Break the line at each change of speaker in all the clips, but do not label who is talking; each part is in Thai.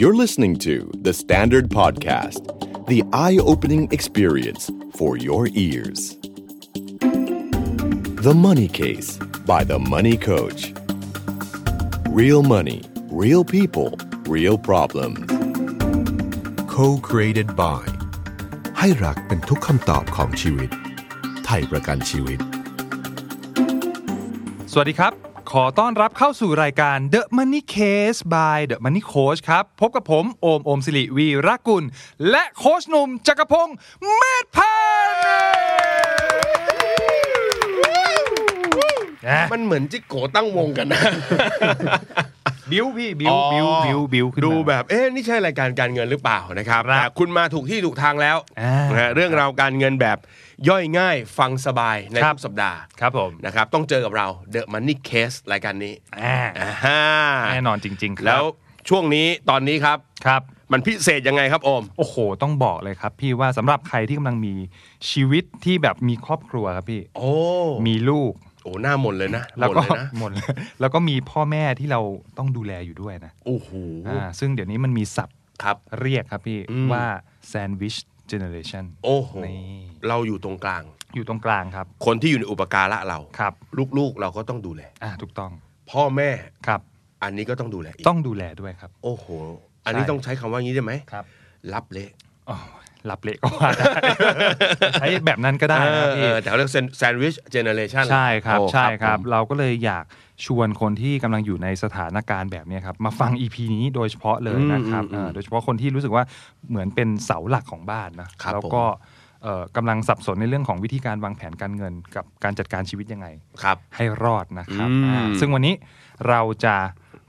You're listening to The Standard Podcast, the eye opening experience for your ears. The Money Case by The Money Coach. Real money, real people, real problems.
Co created by ให้รักเป็นทุกคำตอบของชีวิต ไทยประกันชีวิต
สวัสดีครับ ขอต้อนรับเข้าสู่รายการ The Money Case by The Money Coach ครับ พบกับผม โอม โอมสิริวีรกุล และโค้ชหนุ่มจักรพงศ์เมธพันธ์นะ
มันเหมือนจิกโกตั้งวงกันนะ
บิวพี่ บิวบิวบิวบิวขึ้นมา
ดูแบบ เอ๊ะ นี่ใช่รายการการเงินหรือเปล่านะครับ
ครับ
แต่คุณมาถูกที่ถูกทางแล้ว
อ่าน
นะฮะเรื่องราวการเงินแบบย่อยง่ายฟังสบายใน
ครับ
ทุกสัปดาห์
ครับผม
นะครับ ต้องเจอกับเรา The Money Case รายการนี้
อ่า
อ่าฮ่า
แน่นอนจริง ๆ ครับ
แล้วช่วงนี้ตอนนี้ครับ
ครับ
มันพิเศษยังไงครับโอม
โอ้โห ต้องบอกเลยครับ พี่ว่าสำหรับใครที่กำลังมีชีวิตที่แบบมีครอบครัวครับพี่
โอ้
มีลูก
โอ้หน้าหมนเลยนะ
แล้วก็ ห
หมนเลยนะ
มดเลยแล้วก็มีพ่อแม่ที่เราต้องดูแลอยู่ด้วยนะ
โอ้โห
อ่าซึ่งเดี๋ยวนี้มันมีศัพท์
ครับ
เรียกครับพี่
อืม
ว่า sandwich generation
โอ้โห
นี่
เราอยู่ตรงกลาง
อยู่ตรงกลางครับ
คนที่อยู่ในอุปการะเรา
ครับ
ลูกๆเราก็ต้องดูแล
อ่าถูกต้อง
พ่อแม่
ครับ
อันนี้ก็ต้องดูแลอีก
ต้องดูแลด้วยครับ
โอ้โห อันนี้
ใช่
ต้องใช้คำว่างี้ได้ไหม
ครับ
รับเละ
อ๋อรับเละก็ว่าได้ ใช้แบบนั้นก็ได้
เอ
นะ
อเอ
พี่
อแต่เขาเรียกแซนด์วิชเจเนเรชัน
ใช่ครับใช่ครับ
ผม
เราก็เลยอยากชวนคนที่กำลังอยู่ในสถานการณ์แบบเนี้ยครับมาฟัง EP นี้โดยเฉพาะเลยนะครับเออโดยเฉพาะคนที่รู้สึกว่าเหมือนเป็นเสาหลักของบ้านนะแล้วก็เอ่อกำลังสับสนในเรื่องของวิธีการวางแผนการเงิน กับการจัดการชีวิตยังไง
ครับ
ให้รอดนะครับ
อืม
อ่าซึ่งวันนี้เราจะ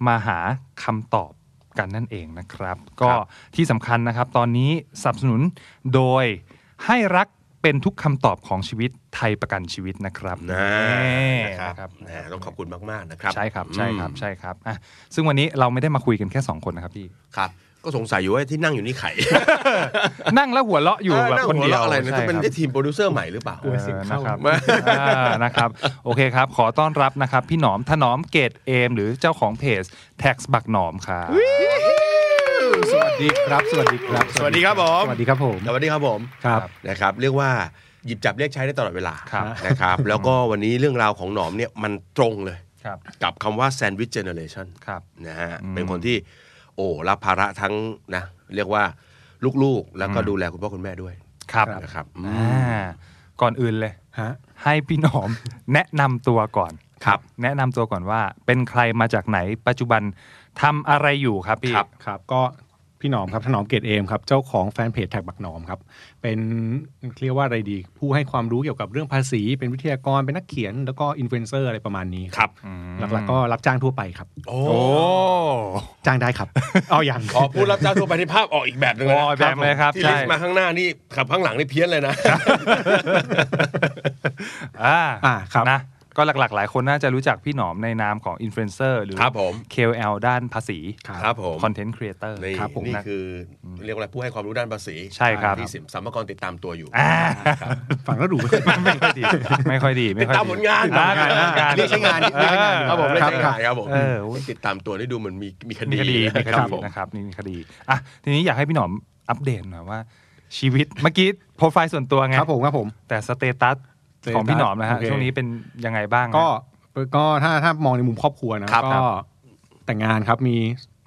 มาหาคำตอบกันนั่นเองนะครับ ก็ที่สำคัญนะครับ ตอนนี้สนับสนุนโดยให้รักเป็นทุกคำตอบของชีวิตไทยประกันชีวิตนะครับ
นะ
นะ
นะค
ค
รั
รั
บบ นะต้องขอบคุณมาก ๆ นะครับ
ใช่ครับใช่ครับใช่ครับอ่ะซึ่งวันนี้เราไม่ได้มาคุยกันแค่ 2 คนนะครับพี่
ครับ ก็สงสัยอยู่ว่าที่นั่งอยู่นี่ไข่
นั่งแล้วหัวเราะอยู่แบบคนเดียว
อะไรนะ
ใช่
ก็เป็น
ครับ
ได้ทีมโปรดิวเซอร์ใหม่หรือเปล่า
เออ นะครับอ่านะครับ โอเคครับ ขอต้อนรับนะครับ พี่หนอมถนอมเกตเอม หรือเจ้าของเพจ Tax บักหนอมครับ
สวัสดีครับ สวัสดีครับ
สวัสดีครับผม
สวัสดีครับผม
สวัสดีครับผม
ครับ
นะครับ เรียกว่าหยิบจับเรียกใช้ได้ตลอดเวลา
ครับ
นะครับ แล้วก็วันนี้เรื่องราวของหนอมเนี่ยมันตรงเลย
ครับ
กับคำว่าแซนด์วิชเจเนเรชัน
ครับ
นะฮะ
อืม
เป็นคนที่โอ้รับภาระทั้งนะ เรียกว่าลูกๆ แล้วก็
อืม
ดูแลคุณพ่อคุณแม่ด้วย
ครับ
นะครับอื
อ่าม ก่อนอื่นเลย
ฮะ
ให้พี่หนอม แนะนำตัวก่อน
ครับ
แนะนำตัวก่อนว่า เป็นใครมาจากไหนปัจจุบันทำอะไรอยู่ครับพี่
ครับ ก็พี่หนอมครับถนอมเกตเอมครับ เจ้าของแฟนเพจแท็กบักหนอมครับ เป็นเรียกว่าอะไรดี ผู้ให้ความรู้เกี่ยวกับเรื่องภาษี เป็นวิทยากร เป็นนักเขียน แล้วก็อินฟลูเอนเซอร์อะไรประมาณนี้
ครับ
หลักๆก็รับจ้างทั่วไปครับ
โอ้
โอ้
จ้างได้ ครับ เอาอย่าง
พอพูดรับจ้างทั่วไปที่ภาพออกอีกแบบหนึง
โอ้ย
นะ
แบบเลยครับ
ที่ลิ
ใช่
สต์มาข้างหน้านี่ขับข้างหลังนี่เพี้ยนเลยนะ
อ่า
อ่าครับ
นะก็หลักๆ หลายคนน่าจะรู้จักพี่หนอมในนามของอินฟลูเอนเซอร์หรือ
ครับผม
KOL ด้านภาษี
ครับผม
คอนเทนต์ครีเอเตอร์
นี่
ครับผม
นี่คือเรียกว่าอะไรผู้ให้ความรู้ด้านภาษี
ใช่ครับ
ที่สิมสรรพากรติดตามตัวอยู่
ฝั่งแล้ว ดูไม่ค่อย
ไม่ค่อยดี ไม่ค่อยดี ไม่
ติด
ค่อย
ตามผลงาน
อ่ผล
เรียกใช้งานเรียกใช้งานครับผมเรียก
ครับ
ใช้
ครับ
งานครับผม
เออ
ติดตามตัวนี่ดูเหมือนมีมีค
มี
ดี
คดีมีค
ค
ดี
รับผม
นะครับนี่มีคดีอ่ะทีนี้อยากให้พี่หนอมอัปเดตหน่อยว่า ชีวิต เมื่อกี้โปรไฟล์ส่วนตัวไง
ครับผมครับผม
แต่สเตตัสของพี่หนอมนะฮะ
โอเค
ช่วงนี้เป็นยังไงบ้างฮะ
ก็ก็ถ้าถ้ามองในมุมครอบครัวนะก็แต่งงานครับมี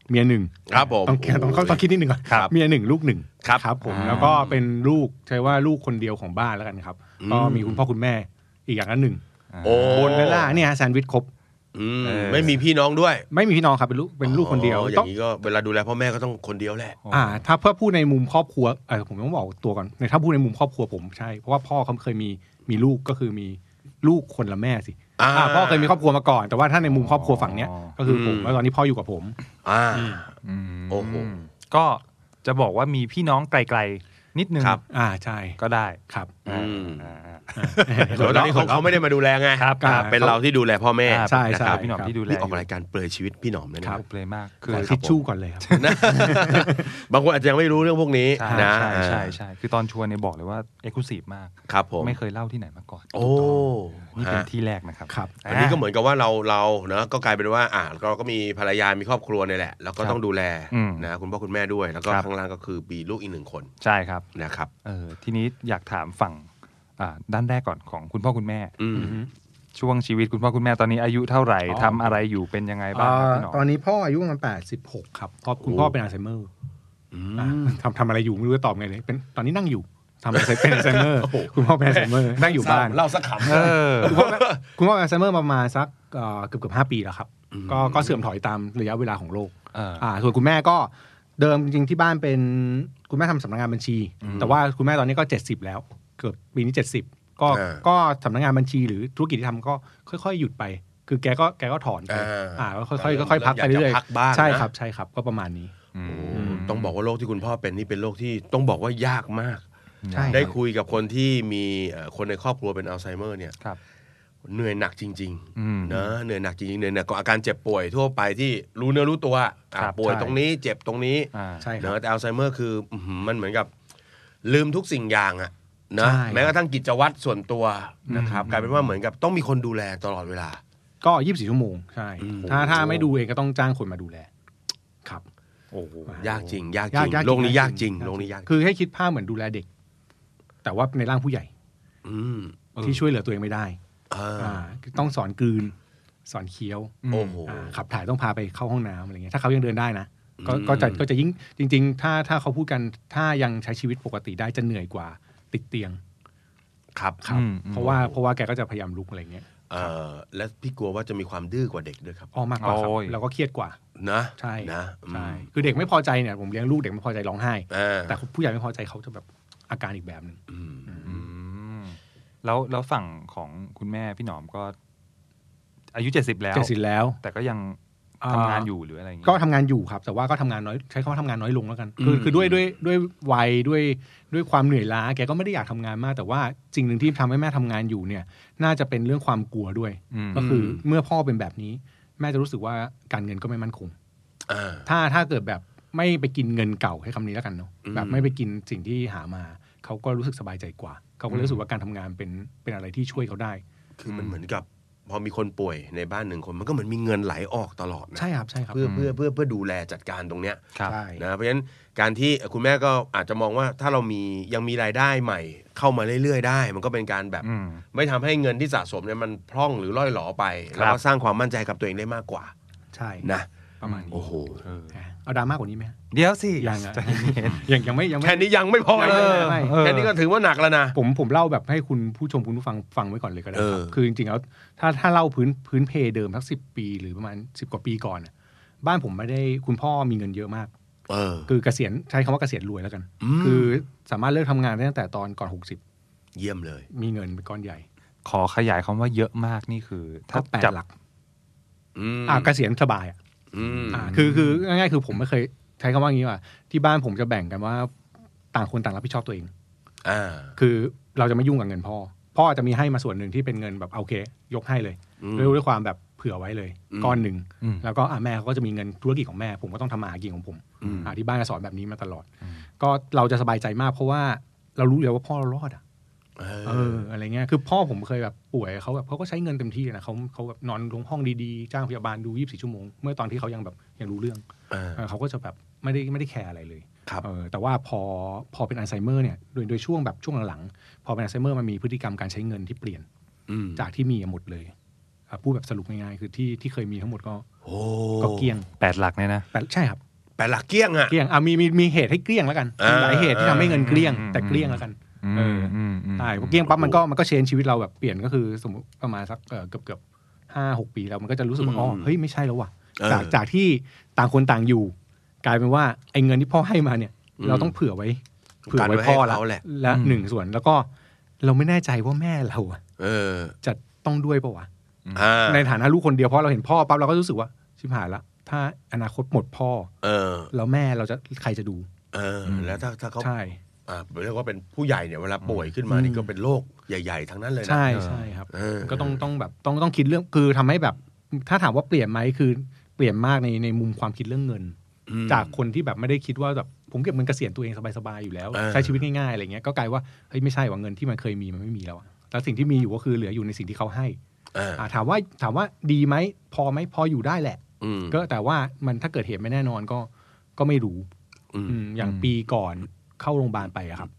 เมียหนึ่ง
ครับผม
ต้องต้องต้องต้องคิดนิดนึงก่อน
ครับ
เมียหนึ่งลูกหนึ่ง
ครับ
ผม
อ่า
แล้วก็เป็นลูกใช้ว่าลูกคนเดียวของบ้านแล้วกันครับ
อืม
ก็มีคุณพ่อคุณแม่อีกอย่างละหนึ่ง
โอ้
โบนเวล่าเนี่ยแซนด์วิชครบ
อืม
เออ
ไม่มีพี่น้องด้วย
ไม่มีพี่น้องครับเป็นลูกเป็นลูกคนเดียว
อ๋ออ
ต้อย่าง
งนี้ก็เวลาดูแลพ่อแม่ก็ต้องคนเดียวแหละ
อ่า ถ้าเพื่อพูดในมุมครอบครัวเออผมต้องบอกตัวก่อนในถ้าพูดในมุมครอบครัวผมใช่เพราะว่าพ่อเขาเคยมีมีลูกก็คือมีลูกคนละแม่สิ
อ่า
อ่าพ่อเคยมีครอบครัวมาก่อน แต่ว่าถ้าในมุมครอบครัวฝั่งเนี้ยก็คือผมแล้วตอนนี้พ่ออยู่กับผม
อ่า
อืม
โอ้โห
ก็จะบอกว่ามีพี่น้องไกล นิดนึง
ครับ
อ่าใช่
ก็ได้
ครับ
อืม
อ่าอ่า
หัวเราะของเขาไม่ได้มาดูแลไง
ครับครับ
เป็นเราที่ดูแลพ่อแม่
อ่า
ใช่
นะ
ใช่
ครับ
พี่หนอม
ครับ
ที่ดูแล
นี่ออกรายการเปลือยชีวิตพี่หนอมนะเนี่ย
ครับ
เพลยมากคื
คือ อ
ใช่
ทิชชู่ก่อนเลยครับ
นะ บางคนอาจจะยังไม่รู้เรื่องพวกนี้
ใช่
นะ
ใช่ใช่ใช่คือตอนชวนเนี่ยบอกเลยว่าเอกลูซีฟมาก
ครับผม
ไม่เคยเล่าที่ไหนมาก่อน
โอ้
นี่เป็น
ฮะ
ที่แรกนะครับ
ครับ
อันนี้ก็เหมือนกับว่าเราเราเนอะก็กลายเป็นว่าอ่ะเราก็มีภรรยามีครอบครัวเนี่ยแหละ แล้วก็ต้องดูแล
อืม
นะคุณพ่อคุณแม่ด้วย แล้วก็
ครับ
ข้างล่างก็คือมีลูกอีกหนึ่งคน
ใช่ครับ
นะครับ
เออทีนี้อยากถามฝั่งอ่าด้านแรกก่อนของคุณพ่อคุณแม่
อืม
ช่วงชีวิตคุณพ่อคุณแม่ตอนนี้อายุเท่าไหร่
อ๋อ
ทำอะไรอยู่เป็นยังไงบ้างครับพี่หนอม
ตอนนี้พ่ออายุประมาณแปดสิบหกครับพ่อคุณพ่อเป็นอัลไซเมอร์อ่าทำทำอะไรอยู่ไม่รู้จะตอบไงเลยเป็นตอนนี้นั่งอยู่ทำอะไรเป็นอัลไซเมอร์
โอ้โห
คุณพ่อเป็นอัลไซเมอร์นั่งอยู่บ้าน
เล่าสักขำ
เอ อ
คุณพ่อคุณพ่อเป็นอัลไซเมอร์ประมาณสักเกือบเกือบๆห้าปีแล้วครับ ก็ก็เสื่อมถอยตามระยะเวลาของโลก
เอออ่
อ่า ส่วนคุณแม่ก็เดิมจริงๆที่บ้านเป็นคุณแม่ทำสำนักงานบัญชี แต่ว่าคุณแม่ตอนนี้ก็เจ็ดสิบแล้ว เกือบปีนี้เจ็ดสิบก็
เออ
ก็สำนักงานบัญชีหรือธุรกิจที่ทำก็ค่อย ๆ หยุดไป คือแกก็แกก็ถอนไป
เอออ่
อ่าก็ค่อยๆค่อยๆพักไปเรื่
อ
อ
ยาก
ย
จะพักบ้างนะ
ใช่ครับใช่ครับก็ประมาณนี้
อืม
โอ้ต้องบอกว่าโรคที่คุณพ่อเป็นนี่เป็นโรคที่ต้องบอกว่ายากมาก
ใช่ ครับ
ได้คุยกับคนที่มีเอ่อคนในครอบครัวเป็นอัลไซเมอร์เนี่ย
ครับ
เหนื่อยหนักจริง
อืม
ๆนะเหนื่อยหนักจริงๆเหนื่อยหนักกว่าอาการเจ็บป่วยทั่วไปที่รู้เนื้อรู้ตัวอ่ะ
ครับ
ป่วย
ใช่
ตรงนี้เจ็บตรงนี้
อ่า
ใช่ค
เน
รับ
อะแต่อัลไซเมอร์คืออื้อหือมันเหมือนกับ ลืมทุกสิ่งอย่างอะนะ
ใช่
แม้กระทั่งกิจวัตรส่วนตัวนะครับกลายเป็นว่าเหมือนกับต้องมีคนดูแลตลอดเวลา
ก็ยี่สิบสี่ชั่วโมงใช่
อืม
ถ้าถ้าไม่ดูเองก็ต้องจ้างคนมาดูแลครับ
โอ้โห
ยากจริง ยากจ
ยา
ริ
ก
ง
ยาก
โลกนี้ยากจริงโลกนี้ยาก
คือให้คิดภาพเหมือนดูแลเด็ก แต่ว่าในร่างผู้ใหญ่
อืม
เออ
ที่ช่วยเหลือตัวเองไม่ได้
อ่า
อ่าต้องสอนกลืน สอนเคี้ยว
โอ้โห
อ่าขับถ่ายต้องพาไปเข้าห้องน้ำอะไรเงี้ยถ้าเขายังเดินได้นะก็
อืม
ก็จะก็จะยิ่งจริง ๆ ถ้าถ้าเขาพูดกันถ้ายังใช้ชีวิตปกติได้จะเหนื่อยกว่าติดเตียง
ครับ
ครับ
อืมอืม
เพราะว่าเพราะว่าแกก็จะพยายามลุกอะไรเงี้ย
เอ่อและพี่กลัวว่าจะมีความดื้อกว่าเด็กด้วยครับ
อ้อมากกว่าครับ
โอ้ย
แล้วก็เครียดกว่า
นะ
ใช่
นะอืม
ใช่คือเด็กไม่พอใจเนี่ยผมเลี้ยงลูกเด็กไม่พอใจร้องไห้
อ่า
แต่ผู้ใหญ่ไม่พอใจเขาจะแบบอาการอีกแบบหนึ่ง
อืม
อืมแล้วแล้วฝั่งของคุณแม่พี่หนอมก็ อายุเจ็ดสิบแล้ว
เจ็ดสิบแล้ว
แต่ก็ยัง
อ่า
ทำงานอยู่หรืออะไรอย่างเงี้
ก็
ย
ทำงานอยู่ครับ แต่ว่าก็ทำงานน้อยใช้คำว่าทำงานน้อยลงแล้วกัน คือคือด้วยด้วยด้วยวัยด้วยด้วยความเหนื่อยล้า แกก็ไม่ได้อยากทำงานมาก แต่ว่าสิ่งหนึ่งที่ทำให้แม่ทำงานอยู่เนี่ย น่าจะเป็นเรื่องความกลัวด้วย
อืม
ก็คือเมื่อพ่อเป็นแบบนี้ แม่จะรู้สึกว่าการเงินก็ไม่มั่นคง
อ่า
ถ้าถ้าเกิดแบบไม่ไปกินเงินเก่าให้คำนี้แล้วกันเนาะ
อืม
แบบไม่ไปกินสิ่งที่หามาเขาก็รู้สึกสบายใจกว่า เขาก็เลยรู้สึกว่าการทำงานเป็นเป็นอะไรที่ช่วยเขาได้
คือมันเหมือนกับ พอมีคนป่วยในบ้านหนึ่งคนมันก็เหมือนมีเงินไหลออกตลอดนะ
ใช่ครับใช่ครับ
เพื่อเพื่อเพื่อเพื่อดูแลจัดการตรงเนี้ย
ครับ
ใช่
นะเพราะฉะนั้นการที่คุณแม่ก็อาจจะมองว่าถ้าเรามียังมีรายได้ใหม่เข้ามาเรื่อยๆ ได้ มันก็เป็นการแบบ
อืม
ไม่ทำให้เงินที่สะสมเนี่ยมันพร่องหรือล่อยหลอไป
ครับ
แล้วก็สร้างความมั่นใจกับตัวเองได้มากกว่า
ใช่
นะ
ประมาณนี้
โอ้โห
เออ
เอาดราม่ากว่านี้ไหมฮะ
เดี๋ยวสิ
ยังอะ
ใจเย็น
ยังยังไม่ยังไม่
แค่นี้ยังไม่พอ
เอ
เล
อ
ยแค่นี้ก็ถือว่าหนักแล้วนะ
ผมผมเล่าแบบให้คุณผู้ชมคุณผู้ฟังฟังไว้ก่อนเลยก็ได้ครับ
เออ
คือจริงๆแล้วถ้าถ้าเล่าพื้นพื้นเพเดิมสักสิบปีหรือประมาณสิบกว่าปีก่อนน่ะบ้านผมไม่ได้คุณพ่อมีเงินเยอะมาก
เออ
คือเกษียณใช้คำว่าเกษียณรวยแล้วกัน
อืม
คือสามารถเลิกทำงานได้ตั้งแต่ตอนก่อน
เยี่ยมเลย
60 มีเงินเป็นก้อนใหญ่
ขอขยายคำว่าเยอะมากนี่คือ
ก็
ถ้า
แปด
จับ
หลัก
อืม
อ่าเกษียณสบายอ่ะ
อืม
อ่าคือคือง่ายๆคือผมไม่เคยใช้คำว่าอย่างนี้ว่าที่บ้านผมจะแบ่งกันว่าต่างคนต่างรับผิดชอบตัวเอง
อ่า
คือเราจะไม่ยุ่งกับเงินพ่อ พ่อจะมีให้มาส่วนหนึ่งที่เป็นเงินแบบโอเค ยกให้เลย
อืม
ด้วยด้วยความแบบเผื่อไว้เลย
อืม
ก้อนหนึ่ง
อืม
แล้วก็อ่ะแม่เขาก็จะมีเงินธุรกิจของแม่ ผมก็ต้องทำมาหากินของผม
อืม
อ่ะที่บ้านก็สอนแบบนี้มาตลอด ก็เราจะสบายใจมากเพราะว่าเรารู้แล้วว่าพ่อเรารอดอ่ะ
เออ
เอออะไรเงี้ยคือพ่อผมเคยแบบป่วยเขาแบบเขาก็ใช้เงินเต็มที่เลยนะเขาเขาแบบนอนโรงห้องดีๆ จ้างพยาบาลดู24ชั่วโมงเมื่อตอนที่เขายังแบบยังรู้เรื่อง เออเขาก็จะแบบไม่ได้ไม่ได้แคร์อะไรเลย
ครับ
เออแต่ว่าพอพอเป็นอัลไซเมอร์เนี่ยโดยโดยช่วงแบบช่วงหลังๆพอเป็นอัลไซเมอร์มันมีพฤติกรรมการใช้เงินที่เปลี่ยน
อืม
จากที่มีหมดเลยอ่ะพูดแบบสรุปง่ายๆคือที่ที่เคยมีทั้งหมดก็
โอ้
ก็เกลี้ยง
แปดหลักเนี่ยนะ
แต่ใช่ครับ
แปดหลักเกลี้ยงอ่ะ
เกลี้ยงอ่ะมีมีมีเหตุให้เกลี้ยงแล้วกัน
อ่ามี
หลายเหตุที่ทำให้เงินเกลี้ยง
อืม
แต่เกลี้ยงแล้วกัน
ม
เออ
มม
ใช่พอเกลี้ยงปั๊บมันก็มันก็เชนชีวิตเราแบบเปลี่ยนก็คือสมมติประมาณสักเกือบเกือบๆห้าหกปีแล้วมันก็จะรู้สึกว่าอ๋อเฮ้ยไม่ใช่แล้วว่ะ
เออ
จากจากที่ต่างคนต่างอยู่ กลายเป็นว่าไอ้เงินที่พ่อให้มาเนี่ย เราต้องเผื่อไว้เผื่อไว้พ่อ
กันไว้ให้เขาแห
ละ
ละ
และหนึ่งส่วนแล้วก็เราไม่แน่ใจว่าแม่เราอะ
เออ
จะต้องด้วยปะวะ
อ่า
ในฐานะลูกคนเดียวเพราะเราเห็นพ่อปั๊บเราก็รู้สึกว่าชิบหายละถ้าอนาคตหมดพ่อ
เออ
แล้วแม่เราจะใครจะดู
เออ แล้วถ้าถ้าเขา
ใช่
อ่าเรียกว่าเป็นผู้ใหญ่เนี่ยเวลาป่วยขึ้นมา
อืม
นี่ก็เป็นโรคใหญ่ ๆ ทั้งนั้นเลยนะ
ใช่ใช่ครับ
เอ
ก็ต้องต้องแบบต้องต้องคิดเรื่องคือทำให้แบบ ถ้าถามว่าเปลี่ยนไหมคือเปลี่ยนมากในในมุมความคิดเรื่องเงิน
อืม
จากคนที่แบบไม่ได้คิดว่าแบบผมเก็บเงินเกษียณตัวเองสบายๆอยู่แล้ว
เออ
ใช้ชีวิตง่ายๆอะไรเงี้ยก็กลายว่าเฮ้ยไม่ใช่ว่าเงินที่มันเคยมีมันไม่มีแล้วอะแล้วสิ่งที่มีอยู่ก็คือเหลืออยู่ในสิ่งที่เขาให้
อ่า
อ่าถามว่าถามว่าดีไหมพอไหมพออยู่ได้แหละ
อืม
ก็แต่ว่ามันถ้าเกิดเหตุไม่แน่นอนก็ก็ไม่รู้
อืม
อืมอย่าง
อืม
ปีก่อนเข้าโรงพยาบาลไปอะครับ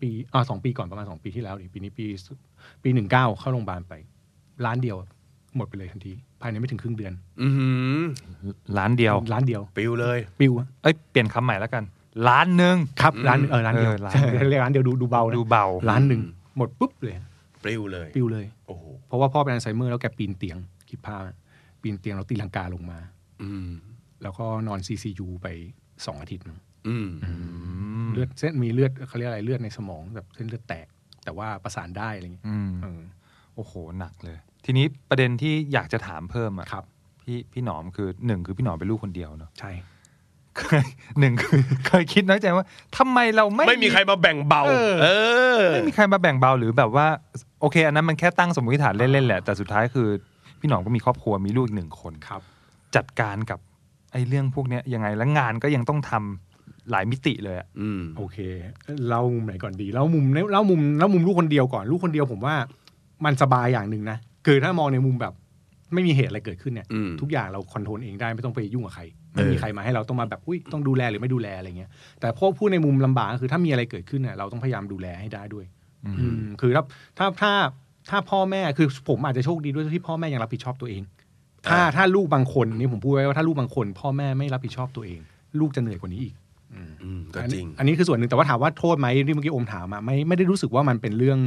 ปีอ่าสองปีก่อนประมาณสองปีที่แล้วดิปีนี้ปีสุดปีหนึ่งเก้าเข้าโรงพยาบาลไปล้านเดียวหมดไปเลยทันที ภายในไม่ถึงครึ่งเดือน
อื้อหือ
ล้านเดียว
ล้านเดียว
ปิวเลย
ปิวอะ
เอ้ย เปลี่ยนคำใหม่แล้วกัน ล้านหนึ่ง
ครับล้านเออล้านเดียว
เออล้าน
ใช่เรียกล้านเดียวดูดูเบานะ
ดูเบา
ล้านหนึ่งหมดปุ๊บเลย
ปิวเลย
ปิวเลย
โอ้โห
เพราะว่าพ่อเป็นอัลไซเมอร์แล้วแกปีนเตียงคิดภาพอะปีนเตียงแล้วตีลังกาลงมา
อืม
แล้วก็นอน CCU ไปสองอาทิตย์มั้ง
อืม
เลือดเส้นมีเลือดเขาเรียกอะไรเลือดในสมองแบบเส้นเลือดแตก แต่ว่าประสานได้อะไรเงี้ย
อืม
เออ
โอ้โห หนักเลย ทีนี้ประเด็นที่อยากจะถามเพิ่มอะ
ครับ
พี่พี่หนอมคือหนึ่งคือพี่หนอมเป็นลูกคนเดียวเนาะ
ใช่
เคยหนึ่งคือ เคยคิดน้อยใจว่าทำไมเราไม่
ไม่มีใครมาแบ่งเบา
เออ
เออ
ไม่มีใครมาแบ่งเบาหรือแบบว่า โอเค อันนั้นมันแค่ตั้งสมมติฐานเล่นๆแหละ แต่สุดท้ายคือ พี่หนอมก็มีครอบครัวมีลูกอีกหนึ่งคน
ครับ
จัดการกับไอ้เรื่องพวกเนี้ยยังไงแล้วงานก็ยังต้องทำหลายมิติเลยอะ
อืม
โอเคเล่ามุมไหนก่อนดีเล่ามุมเล่ามุมเล่ามุมลูกคนเดียวก่อนลูกคนเดียวผมว่ามันสบายอย่างหนึ่งนะคือถ้ามองในมุมแบบไม่มีเหตุอะไรเกิดขึ้นเนี่ย
อืม
ทุกอย่างเราคอนโทรลเองได้ไม่ต้องไปยุ่งกับใครไม่มี
เออ
ใครมาให้เราต้องมาแบบอุ้ยต้องดูแลหรือไม่ดูแลอะไรเงี้ยแต่พอพูดในมุมลำบากก็คือถ้ามีอะไรเกิดขึ้นเนี่ยเราต้องพยายามดูแลให้ได้ด้วย
อืม
อืมคือถ้าถ้าถ้าถ้าพ่อแม่คือผมอาจจะโชคดีด้วยที่พ่อแม่ยังรับผิดชอบตัวเอง ถ้าถ้าลูกบางคนนี่ผมพูดไว้ว่าถ้าลูกบางคน พ่อแม่ไม่รับผิดชอบตัวเอง ลูกจะเหนื่อยกว่านี้อีกอืม
อืมก็จริง
อันนี้อันนี้คือส่วนหนึ่งแต่ว่าถามว่าโทษไหมที่เมื่อกี้โอมถามมาไม่ไม่ได้รู้สึกว่ามันเป็นเรื่อง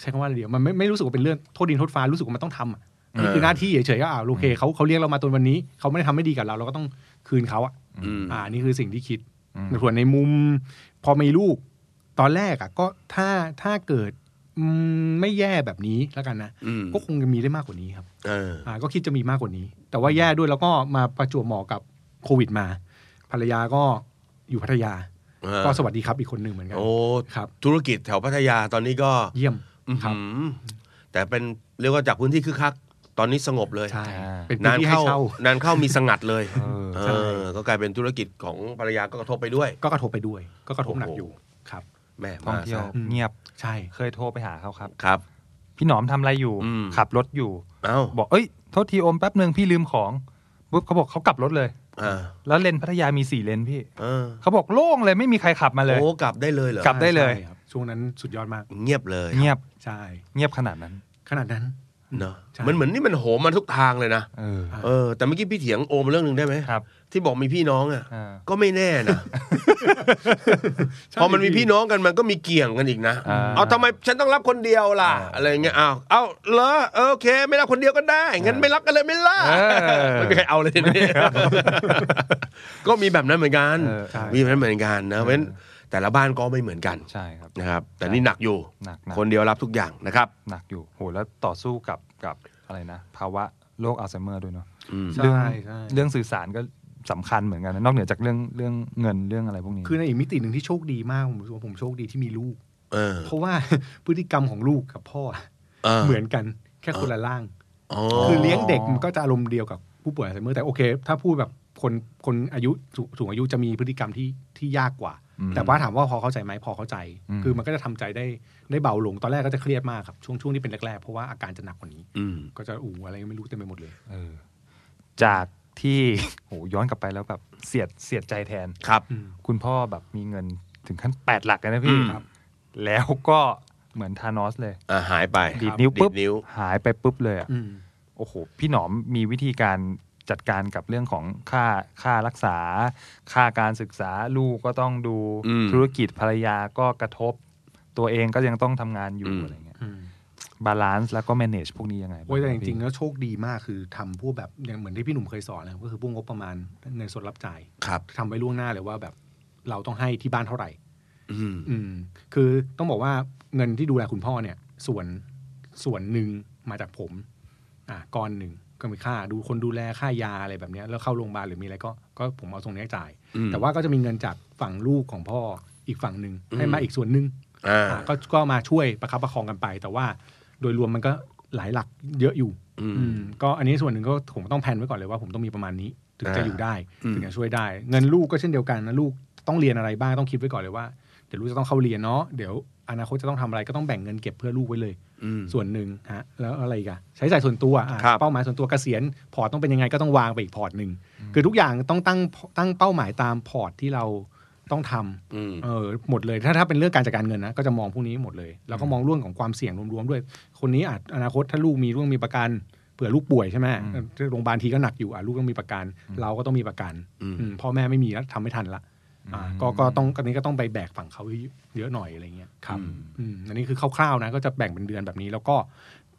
ใช้คำว่าอะไรเดียวมันไม่ไม่รู้สึกว่าเป็นเรื่องโทษดินโทษฟ้ารู้สึกว่ามันต้องทำอะนี่คือหน้าที่เฉยๆก็อ่าโอเคเขาเขาเลี้ยงเรามาจนวันนี้เขาไม่ได้ทำไม่ดีกับเราเราก็ต้องคืนเขาอะ
อืม
อ่านี่คือสิ่งที่คิด
อืม
ส่วนในมุม พอมีลูก ตอนแรกอ่ะก็ถ้าถ้าเกิดอืมไม่แย่แบบนี้แล้วกันนะ
อืม
ก็คงจะมีได้มากกว่านี้ครับ
เออ
อ่าก็คิดจะมีมากกว่านี้ แต่ว่าแย่ด้วยแล้วก็มาประจวบเหมาะกับโควิดมา ภรรยาก็อยู่พัทยา
เออ
ก็สวัสดีครับอีกคนหนึ่งเหมือนกัน
โอ้
ครับ
ธุรกิจแถวพัทยาตอนนี้ก็
เยี่ยม
อื้อ
ครับ
หือแต่เป็นเรียกว่าจากพื้นที่คึกคัก ตอนนี้สงบเลย
ใช่เป็น
นา
พื้
น
นที่ให้
เข้า
เช่า
นานเข้ามีสงัดเลย
เออ
เอ
ใช่
อก็กลายเป็นธุรกิจของภรรยาก็กระทบไปด้วย
ก็กระทบไปด้วย ก็กระทบหนัก
โอ้โห
อยู่ครับ
แม่
ท่อ
มาง
เที่ยว
ซะ
เงียบ
ใช่
เคยโทรไปหาเขาครับ
ครับ
พี่หนอมทำอะไรอยู่
อืม
ขับรถอยู่
เอ้า
บอกเอ้ยโทษทีโอมแป๊บหนึ่งพี่ลืมของปุ๊บเขาบอกเขากลับรถเลย
อ่า
แล้วเลนพัทยามีสี่เลนพี่
เออ
เขาบอกโล่งเลยไม่มีใครขับมาเลย
โอ้กลับได้เลยเหรอก
ลับ ได้เลย
ใช่ครับช่วงนั้นสุดยอดมาก
เงียบเลย
เงียบ
ใช่
เงียบขนาดนั้น
ขนาดนั้น
เนาะ
ใช่
มันเหมือนนี่มันโหมมันทุกทางเลยนะ
เออ
อ่ะ
เออแต่เมื่อกี้พี่เถียงโอมเรื่องหนึ่งได้ไหม
ครับ
ที่บอกมีพี่น้องอ่ะ
อ่า
ก็ไม่แน่นะ พอมันมีพี่น้องกันมันก็มีเกี่ยงกันอีกนะ
อ่า
เอาทำไมฉันต้องรับคนเดียวล่ะ
อ่า
อะไรเงี้ยอ้าวเอาเหรอเออโอเค ไม่รับคนเดียวก็ได้งั้นไม่รับกันเลยไหม่ล่ะ
เออ
ไม่มีใครเอาเลยทีนี้ ก็มีแบบนั้นเหมือนกัน
เออใช่
มีแบบนั้นเหมือนกันนะเพราะฉะนั้นแต่ละบ้านก็ไม่เหมือนกัน
ใช่ครับ
นะครับ แต่นี่หนักอยู่
หนักหนัก
คนเดียวรับทุกอย่างนะครับ
หนักอยู่โหแล้วต่อสู้กับกับอะไรนะ ภาวะโรคอัลไซเมอร์ด้วยเนาะ
อืม
ใช่
เรื่อง
ใช่
เรื่องสื่อสารก็สำคัญเหมือนกันนะนอกเหนือจากเรื่องเรื่องเงินเรื่องอะไรพวกนี้
คือในอีกมิติหนึ่งที่โชคดีมากผมรู้สึกว่าผมโชคดีที่มีลูก
เออ
เพราะว่า พฤติกรรมของลูกกับพ่ออะเหมือนกันแค่คนละร่าง
อ๋อ
คือเลี้ยงเด็กมันก็จะอารมณ์เดียวกับผู้ป่วยอัลไซเมอร์แต่โอเค ถ้าพูดแบบคนคนอายุสูสูงอายุจะมีพฤติกรรมที่ที่ยากกว่า
อืม
แต่ว่าถามว่าพอเข้าใจไหมพอเข้าใจ
อืม
คือมันก็จะทำใจได้ได้เบาลงตอนแรกก็จะเครียดมากครับช่วงช่วงที่เป็นแรกๆเพราะว่าอาการจะหนักกว่านี้
อืม
ก็จะอู๋อะไรก็ไม่รู้เต็มไปหมดเลย
เออจากที่ โหย้อนกลับไปแล้วแบบเสียดเสียดใจแทน
ครับ
คุณพ่อแบบมีเงินถึงขั้นแปดหลักเลยนะพี่
อืม
ครับ แล้วก็เหมือนธานอสเลย
อ่าหายไป
ดีดนิ้วปุ๊บ
ดีดนิ้ว
หายไปปุ๊บเลยอะ
อืม
โอ้โห พี่หนอมมีวิธีการจัดการกับเรื่องของค่าค่ารักษา ค่าการศึกษาลูกก็ต้องดู
อืม
ธุรกิจภรรยาก็กระทบ ตัวเองก็ยังต้องทำงานอยู่อะไรเงี้ย
อืม
บาลานซ์แล้วก็ manage พวกนี้ยังไงบ้าง
โอ้ยแต่จริงๆ
พี่
แล้วโชคดีมากคือทำพวกแบบอย่างเหมือนที่พี่หนุ่มเคยสอนนะครับก็คือพวกงบประมาณเงินสดรับจ่าย
ครับ
ทำไว้ล่วงหน้าเลยว่าแบบเราต้องให้ที่บ้านเท่าไหร่
อืม
อืม คือต้องบอกว่าเงินที่ดูแลคุณพ่อเนี่ย ส่วนส่วนหนึ่งมาจากผม อ่ะก้อนหนึ่งก็มีค่าดูคนดูแลค่ายาอะไรแบบเนี้ยแล้วเข้าโรงพยาบาลหรือมีอะไรก็ก็ผมเอาตรงเนี้ยจ่าย
อืม
แต่ว่าก็จะมีเงินจากฝั่งลูกของพ่อ อีกฝั่งหนึ่ง
อืม
ให้มาอีกส่วนหนึ่ง
อ่า
อ่ะก็ก็มาช่วยประคับประคองกันไป แต่ว่าโดยรวมมันก็หลายหลักเยอะอยู่
อืม
อืมก็อันนี้ส่วนหนึ่งก็ผมต้องแพลนไว้ก่อนเลยว่าผมต้องมีประมาณนี้ถึงจะ
อ่า
อยู่ได้
อืม
ถึงจะช่วยได้ เงินลูกก็เช่นเดียวกันนะลูกต้องเรียนอะไรบ้างต้องคิดไว้ก่อนเลยว่าเดี๋ยวลูกจะต้องเข้าเรียนเนาะเดี๋ยวอนาคตจะต้องทำอะไรก็ต้องแบ่งเงินเก็บเพื่อลูกไว้เลย
อืม
ส่วนหนึ่งฮะแล้วอะไรอีกอะใช้จ่ายส่วนตัวอ่ะ
ครับ
เป้าหมายส่วนตัวเกษียณพอร์ตต้องเป็นยังไงก็ต้องวางไปอีกพอร์ตหนึ่งคือทุกอย่างต้องตั้งตั้งเป้าหมายตามพอร์ตที่เราต้องทำ
อืม
เออหมดเลยถ้าถ้าเป็นเรื่องการจัดการเงินนะก็จะมองพวกนี้หมดเลย แล้วก็มองเรื่องของความเสี่ยงรวมๆด้วย คนนี้อาจอนาคตถ้าลูกมีเรื่องมีประกันเผื่อลูกป่วยใช่ไหม
อืม
โรงพยาบาลทีก็หนักอยู่อ่ะลูกต้องมีประกัน เราก็ต้องมีประกัน
อืม
อืมพ่อแม่ไม่มีแล้วทำไม่ทันละอ่าก็ก็ต้องอันนี้ก็ต้องไปแบกฝั่งเขาเยอะหน่อยอะไรเงี้ย
ครับ
อืมอันนี้คือคร่าวๆนะก็จะแบ่งเป็นเดือนแบบนี้ แล้วก็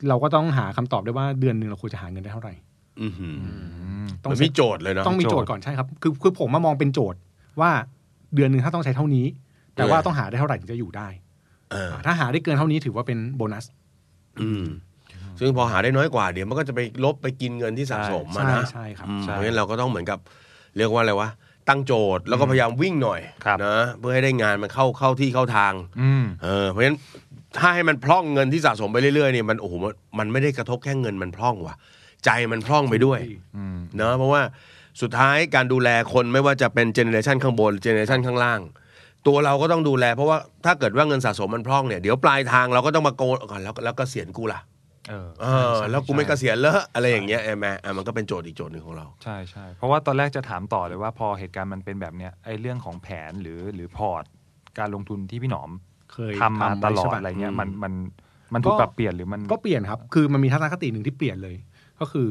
เราก็ต้องหาคำตอบได้วยว่าเดือนหนึ่งเราควรจะหาเงินได้เท่าไหร่
อืมอืม
ต้อ
มั
ง
น
เซ็
มี
ต
โจทย์เลยเนาะ
ต้องมีโจทย์ก่อนใช่ครับ คือคือผมมามองเป็นโจทย์ว่าเดือนหนึ่งถ้าต้องใช้เท่านี้ แต่ว่า
เออ
ต้องหาได้เท่าไหร่ถึงจะอยู่ได้
เออ
ถ้าหาได้เกินเท่านี้ถือว่าเป็นโบนัส
อืม ซึ่งพอหาได้น้อยกว่าเดี๋ยวมันก็จะไปลบไปกินเงินที่สะสมมานะ
ใช่ใช่ครับ
อืม
ใช่
เพราะฉะนั้นเราก็ต้องเหมือนกับ เรียกว่าอะไรวะตั้งโจทย์แล้วก็พยายามวิ่งหน่อย
ครับ
นะเพื่อให้ได้งานมันเข้าเข้าที่เข้าทาง
อืม
เออเพราะฉะนั้นถ้าให้มันพร่องเงินที่สะสมไปเรื่อยๆเนี่ยมันโอ้โหมันมันไม่ได้กระทบแค่เงินมันพร่องว่ะ ใจมันพร่องไปด้วย
อืม
เนอะเพราะว่าสุดท้ายการดูแลคนไม่ว่าจะเป็นเจเนอเรชันข้างบนเจเนอเรชันข้างล่าง ตัวเราก็ต้องดูแล เพราะว่าถ้าเกิดว่าเงินสะสมมันพร่องเนี่ยเดี๋ยวปลายทางเราก็ต้องมาโกนก่อนแล้วแล้วเกษียณกูล่ะ
เออ
เออ แล้วกูไม่เกษียณเลอะอะไรอย่างเงี้ยไอ้แม่อ่ะมันก็เป็นโจทย์อีกโจทย์หนึ่งของเรา
ใช่ใช่เพราะว่าตอนแรกจะถามต่อเลยว่าพอเหตุการณ์มันเป็นแบบเนี้ยไอ้เรื่องของแผนหรือหรือพอร์ต การลงทุนที่พี่หนอม
เคย
ทำมาตลอด
ใช่ปะ
อะไรเงี้ย
อืม
มันมันมันถูก
ก็
ปรับเปลี่ยนหรือมัน
ก็เปลี่ยนครับ คือมันมีทัศนคติหนึ่งที่เปลี่ยนเลย ก็คือ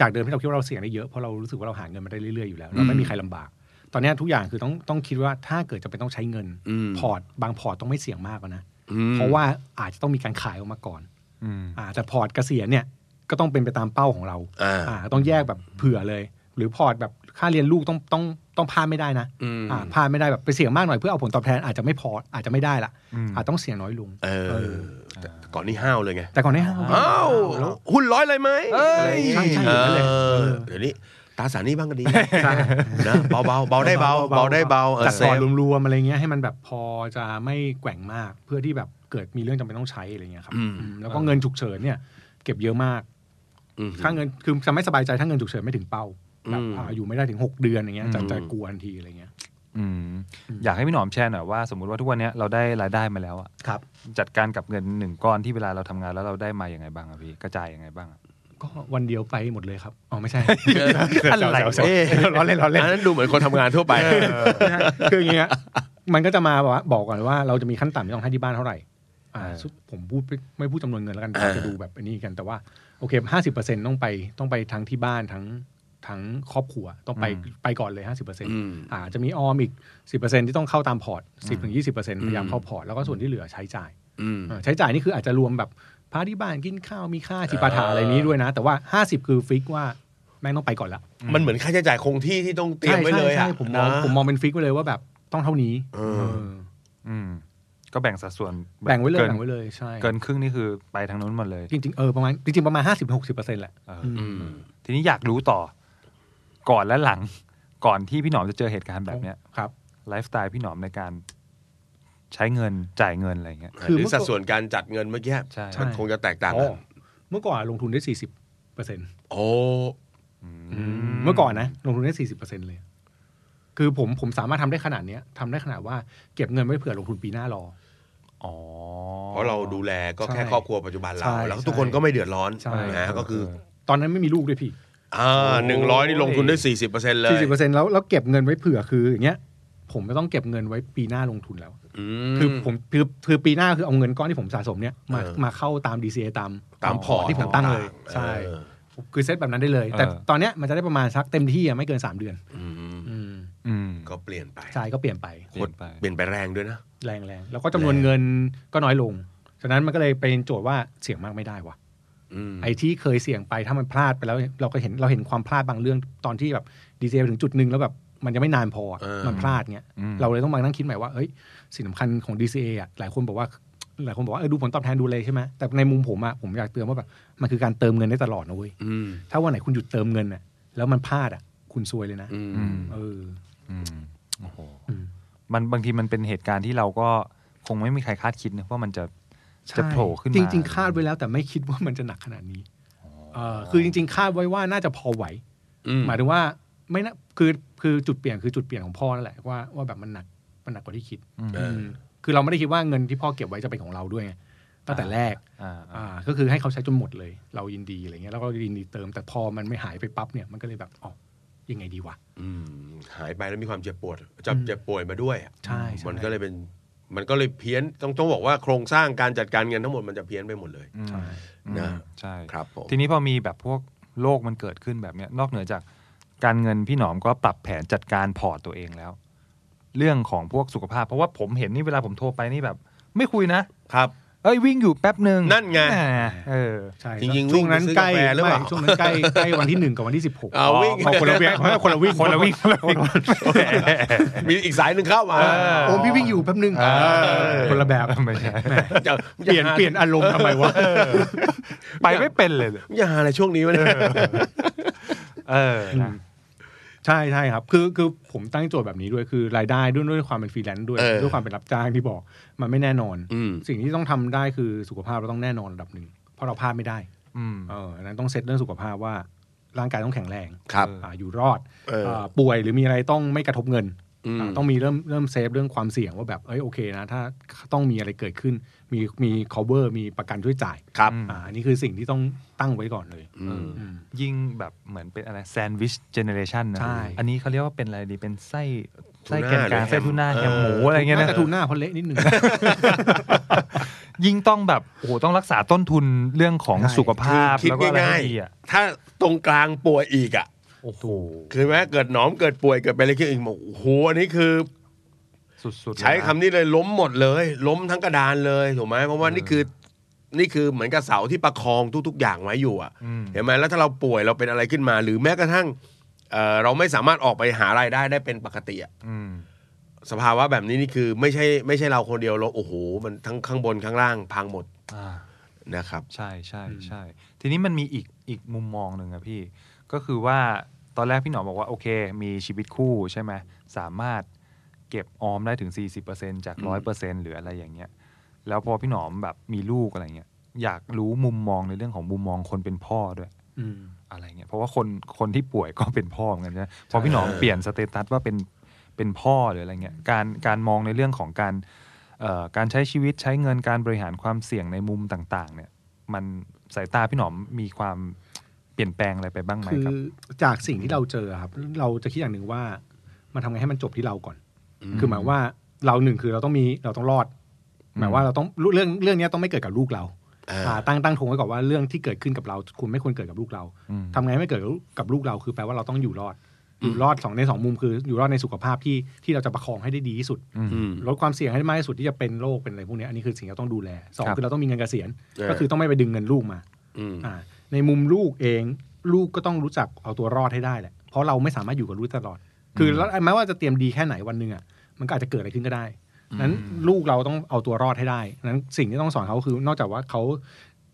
จากเดิมที่เราคิดว่าเราเสี่ยงได้เยอะเพราะเรารู้สึกว่าเราหาเงินมาได้เรื่อยๆอยู่แล้วเราไม่มีใครลำบาก ตอนเนี้ยทุกอย่างคือต้องต้องคิดว่าถ้าเกิดจะเป็นต้องใช้เงิน
อืม
พอร์ตบางพอร์ตต้องไม่เสี่ยงมากกว่านะ
อืม
เพราะว่าอาจจะต้องมีการขายออกมาก่อน
อืม
อาแต่พอร์ตเกษียณเนี่ยก็ต้องเป็นไปตามเป้าของเรา
อ่า
อ่าต้องแยกแบบเผื่อเลย หรือพอร์ตแบบค่าเรียนลูกต้องต้องต้องพลาดไม่ได้นะ
อืม
พลาดไม่ได้แบบไปเสี่ยงมากหน่อยเพื่อเอาผลตอบแทนอาจจะไม่พออาจจะไม่ได้ละ
อืม
จต้องเสี่ยงน้อยลง
เออ แต่ก่อนนี่ห้าวเลยไง
แต่ก่อนได้ห้า
อ้าว
แล้ว
หุ้นร้อยเลยไหม
ใช่ใช่อย่างนั้นเลย
เออเดี๋ยวนี้ตราสารหนี้บ้างก็ดี นะเบาเบาๆเบาได้เบาเบาได้เบาเออ
จัด
เซ
พอร์
ฟ
ตรวมๆอะไรเงี้ยให้มันแบบพอจะไม่แกว่งมากเพื่อที่แบบเกิดมีเรื่องจำเป็นต้องใช้อะไรเงี้ยครับ
อืม
อืมแล้วก็เงินฉุกเฉินเนี่ย เก็บเยอะมาก
อืม
ถ้าเงินคือจะไม่สบายใจถ้าเงินฉุกเฉินไม่ถึงเป้าแบบ
อืม
อ่าอยู่ไม่ได้ถึงหกเดือนอย่างเงี้ยจะ
อืม
จะกลัวทันทีอะไรเงี้ย
อืม
อืม
อยากให้พี่หนอมแชร์หน่อยว่าสมมติว่าทุกวันเนี้ยเราได้รายได้มาแล้วอะ
ครับ
จัดการกับเงินหนึ่งก้อนที่เวลาเราทำงานแล้วเราได้มาอย่างไงบ้างอะพี่กระจายยังไงบ้างอะ
ก็วันเดียวไปหมดเลยครับอ๋อไม่ใช่
อะไรวะ
เอ้ยร้อนเล่นร้อนเล่น
อันนั้นดูเหมือนคนทำงานทั่วไป
คืออย่างเงี้ย มันก็จะมาบอกว่าบอกก่อนว่าเราจะมีขั้นต่ำที่ต้องให้ที่บ้านเท่าไหร่ อ่า
เออ
สุดผมพูดไม่ไม่พูดจำนวนเงินแล้วกัน
อ่า
จะดูแบบอันนี้กันแต่ว่าโอเคห้าสิบเปอร์เซ็นต้องไปต้องไปทั้งที่บ้านทั้งทั้งครอบครัวต้องไปไปก่อนเลยห้าสิบเปอร์เซ็นต์
อืม
อาจจะมีออมอีกสิบเปอร์เซ็นที่ต้องเข้าตามพอร์ตสิบถึงยี่สิบเปอร์เซ็นต์พยายามเข้าพอร์ตแล้วก็ส่วนที่เหลือใช้จ่าย
อืม
อ่าใช้จ่ายนี่คืออาจจะรวมแบบพาที่บ้านกินข้าวมีค่าจิปาถาอะไรนี้ด้วยนะ แต่ว่าห้าสิบคือฟิกว่าแม่งต้องไปก่อนละ
มันเหมือนค่าใช้จ่ายคงที่ที่ต้องเตรียมไว้เลย
ใช่
อ่ะ
ใช่ผมมอง
นะ
ผมมองเป็นฟิกไว้เลยว่าแบบต้องเท่านี้
เออ
เออ
อืมก็แบ่งสัดส่วน
แบ่งไว้เลย
กิน
แบ่งไว้เลยใช่
เกินครึ่งนี่คือไปทางนู้นหมดเลย
จริงๆเออประมาณจริงๆประมาณห้าสิบหกสิบเปอร์เซ็นต์แหละ
เอออ
อืม
ทีนี้อยากรู้ต่อก่อนและหลัง ก่อนที่พี่หนอมจะเจอเหตุการณ์แบบเนี้ย
ครับ
ไลฟ์สไตล์พี่หนอมในการใช้เงินจ่ายเงินอะไรเงี้ย
คือ
หรือ
เมื่อก่อน
สัดส่วนการจัดเงินเมื่อกี้
ใช่
มันคงจะแตกต่าง
อ๋
กั
อน เมื่อก่อนลงทุนได้สี่สิบเปอร์เซ็นต์
โอ้
เมื่อก่อนนะลงทุนได้สี่สิบเปอร์เซ็นต์เลย คือผมผมสามารถทำได้ขนาดเนี้ยทำได้ขนาดว่าเก็บเงินไว้เผื่อลงทุนปีหน้ารอ
อ๋อ
เพราะเราดูแลก็แค่
ใช่
ครอบครัวปัจจุบันเรา
ใช่
แล้วทุกคนก็ไม่เดือดร้อน
ใช่
นะก็คือ
ตอนนั้นไม่มีลูกด้วยพี่
อ่าหนึ่งร้อยนี่ลงทุนได้สี่สิบเปอร์เซ็นต์เลย
สี่สิบเปอร์เซ็นต์แล้วแล้วเก็บเงินไว้เผื่อคืออย่างเงี้ยผมไม่ต้องเก็บเงินไว้ปีหน้าลงทุนแล้ว
ม
คือผมคือคือปีหน้าคือเอาเงินก้อนที่ผมสะสมเนี่ยมา
เออ
มาเข้าตาม DCA ตาม
ตามพอร์ต
ที่ผมตั้งเลยใช่
เออ
คือเซตแบบนั้นได้เลย
เออ
แต่ตอนเนี้ยมันจะได้ประมาณสักเต็มที่อะไม่เกิน 3 เดือน
อืม
อืม
ก็เปลี่ยนไป
ใช่ก็เปลี่ยนไป
เปลี่ยนไป
เปลี่ยนไปแรงด้วยนะ
แรงแรงแล้วก็จำนวนเงินก็น้อยลง ฉะนั้นมันก็เลยเป็นโจทย์ว่าเสี่ยงมากไม่ได้ว่ะ
อืม
ไอ้ที่เคยเสี่ยงไปถ้ามันพลาดไปแล้วเราก็เห็นเราเห็นความพลาดบางเรื่องตอนที่แบบดีเซลถึงจุดหนึ่งแล้วแบบมันยังไม่นานพออะมันพลาดเงี้ย
อืม
เราเลยต้องมานั่งคิดใหม่ว่าเอ้ยสิ่งสำคัญของ DCA อ่ะหลายคนบอกว่าหลายคนบอกว่าเออดูผลตอบแทนดูเลยใช่ไหมแต่ในมุมผมอ่ะผมอยากเตือนว่าแบบมันคือการเติมเงินได้ตลอดนะเว้ย
อืม
ถ้าวันไหนคุณหยุดเติมเงินอ่ะแล้วมันพลาดอ่ะคุณซวยเลยนะ
อืม
อืม
เออ
อืมโอ้โห
อืม
มันบางทีมันเป็นเหตุการณ์ที่เราก็คงไม่มีใครคาดคิดนะว่ามันจะจะโผล่ขึ้นมา
จริง ๆ คาดไว้แล้วแต่ไม่คิดว่ามันจะหนักขนาดนี้เออคือจริง ๆ คาดไว้ว่าน่าจะพอไหว
อืม
หมายถึงว่าไม่นะคือคือจุดเปลี่ยนคือจุดเปลี่ยนของพ่อนั่นแหละว่าว่าแบบมันหนักมันหนักกว่าที่คิด
อืม
เออ
มคือเราไม่ได้คิดว่าเงินที่พ่อเก็บไว้จะเป็นของเราด้วยไงตั้งแต่แรก
อ่าอ่า
อ่าก็คือให้เขาใช้จนหมดเลย เรายินดีอะไรเงี้ยแล้วก็ยินดีเติมแต่พอมันไม่หายไปปั๊บเนี่ยมันก็เลยแบบอ๋อยังไงดีวะ
อืมหายไปแล้วมีความเจ็บปวดจับเจ็บป่วยมาด้วยอะ
ใช่ใช่
มันก็เลยเป็นมันก็เลยเพี้ยนต้องต้องบอกว่าโครงสร้างการจัดการเงินทั้งหมดมันจะเพี้ยนไปหมดเลย
อืม
ใช่
นะ
ใช่
ครับผม
ทีนี้พอมีแบบพวกโรคมันเกิดขึ้นแบบเนี้ยนอกเหนือจากการเงินพี่หนอมก็ปรับแผนจัดการพอร์ตตัวเองแล้ว เรื่องของพวกสุขภาพ เพราะว่าผมเห็นนี่เวลาผมโทรไปนี่แบบ ไม่คุยนะ
ครับ
เอ้ยวิ่งอยู่แป๊บหนึ่ง
นั่นไง
แหมเออ
ใช่
จริงๆ
ช่วงนั้น
วิ่งไปซื้อกา
ใกล้
แฟหรือเปล่า
ไม่ช่วงนั้นใกล้ใกล้วันที่หนึ่งกับวันที่สิบหก
เอาวิ่ง
เอาคนละวิ่งคนละวิ่ง
คนละวิ่ง
มีอีกสายหนึ่งเข้ามา
โอ้พี่วิ่งอยู่แป๊บนึงคนละแบบ
ไม่ใช่
จะ
เปลี่ยนเปลี่ยนอารมณ์ทำไมวะ
ไปไม่เป็นเลยเลย
อย่าหาอะไรช่วงนี้วะเนี่ย
เออนะ
ใช่ใช่ครับคือคือผมตั้งโจทย์แบบนี้ด้วยคือรายได้ด้วยด้วยความเป็นฟรีแลนซ์ด้วยด้วยความเป็นรับจ้างที่บอกมันไม่แน่นอน
อืม
สิ่งที่ต้องทำได้คือสุขภาพเราต้องแน่นอนระดับหนึ่งเพราะเราพลาดไม่ได้
อืม
เอออันนั้นต้องเซตเรื่องสุขภาพว่าร่างกายต้องแข็งแรง
ครับ
อ่าอยู่รอด
เออ
าป่วยหรือมีอะไรต้องไม่กระทบเงิน
อืม
อ่าต้องมีเริ่มเริ่มเซฟเรื่องความเสี่ยงว่าแบบเอ้ยโอเคนะ ถ้าต้องมีอะไรเกิดขึ้น มีมี cover มีประกันช่วยจ่าย
ครับ
อืม
อ่าอันนี้คือสิ่งที่ต้องตั้งไว้ก่อนเลย
อืม
อืม
ยิ่งแบบเหมือนเป็นอะไรแซนด์วิชเจเนเรชันนะ
ใช่
อันนี้เขาเรียกว่าเป็นอะไรดีเป็นไส้ไส้
ทูน่า
แกงกลาง
หรือแฮม
ไส้ทูน่าแฮมหมูอะไรเงี้ยนะ
น่าจะทูหน้าเพราะเละนิดหนึ่ง
ยิ่งต้องแบบโอ้โหต้องรักษาต้นทุนเรื่องของ
ใช่
สุขภาพ
คิด
แล้วก็อะไร
ง่าย
ให้ดีอ่ะ
ๆถ้าตรงกลางป่วยอีกอ่ะ
โอ้โห
คือแม้เกิดหนอมเกิดป่วยเกิดเป็นอะไรขึ้นอีกบอกโอ้โหอันนี้คือ
สุดๆ
ใช้
เลยนะ
คำนี้เลยล้มหมดเลย ล้มทั้งกระดานเลยถูกไหมเพราะว่านี่คือ นี่คือเหมือนกับเสาที่ประคองทุก ๆ อย่างไว้อยู่อ่ะ
อืม
เห็นไหมแล้วถ้าเราป่วยเราเป็นอะไรขึ้นมา หรือแม้กระทั่งเอ่อเราไม่สามารถออกไปหารายได้ได้เป็นปกติอะ
อืม
สภาวะแบบนี้นี่คือไม่ใช่ไม่ใช่เราคนเดียวเราโอ้โหมันทั้งข้างบนข้างล่างพังหมด
อ่า
นะครับ
ใช่ใช่ใช่ ทีนี้มันมีอีกอีกมุมมองหนึ่งอะพี่ ก็คือว่าตอนแรกพี่หนอมบอกว่าโอเค มีชีวิตคู่ใช่ไหมสามารถเก็บออมได้ถึง 40%จาก 100%หรืออะไรอย่างเงี้ย แล้วพอพี่หนอมแบบมีลูกอะไรเงี้ยอยากรู้มุมมองในเรื่องของมุมมองคนเป็นพ่อด้วย
อืม
อะไรเงี้ยเพราะว่าคนคนที่ป่วยก็เป็นพ่อเหมือนกันใช่ไหมพอพี่หนอมเปลี่ยนสเตตัสว่าเป็นเป็นพ่อหรืออะไรเงี้ยการการมองในเรื่องของการเอ่อการใช้ชีวิตใช้เงินการบริหารความเสี่ยงในมุมต่างๆ เนี่ยมันสายตาพี่หนอมมีความเปลี่ยนแปลงอะไรไปบ้างไหม
คือ
ครับ
จากสิ่งที่เราเจอครับ เราจะคิดอย่างหนึ่งว่า มันทำไงให้มันจบที่เราก่อน
อืม
คือหมายว่าเราหนึ่งคือเราต้องมีเราต้องรอด หมายว่าเราต้องเรื่องเรื่องเนี้ยต้องไม่เกิดกับลูกเรา
อ่า
อ่าตั้งตั้งธงไว้ก่อนว่าเรื่องที่เกิดขึ้นกับเราคุณไม่ควรเกิดกับลูกเรา
อืม
ทำไงให้ไม่เกิดกับลูกเราคือแปลว่าเราต้องอยู่รอด อยู่รอดสองในสองมุมคือ อยู่รอดในสุขภาพที่ที่เราจะประคองให้ได้ดีที่สุด
อืม
ลดความเสี่ยงให้ได้มากที่สุดที่จะเป็นโรคเป็นอะไรพวกเนี้ยอันนี้คือสิ่งที่เราต้องดูแลสอง
ครับ
คือเราต้องมีเงินเกษียณ
เออ
ก็คือต้องไม่ไปดึงเงินลูกมา
อืม
อ่าในมุมลูกเองลูกก็ต้องรู้จักเอาตัวรอดให้ได้แหละ เพราะเราไม่สามารถอยู่กับลูกตลอด คือแล้วแม้ว่าจะเตรียมดีแค่ไหนวันหนึ่งอ่ะมันก็อาจจะเกิดอะไรขึ้นก็ได้นั้นลูกเราต้องเอาตัวรอดให้ได้นั้นสิ่งที่ต้องสอนเขาคือนอกจากว่าเขา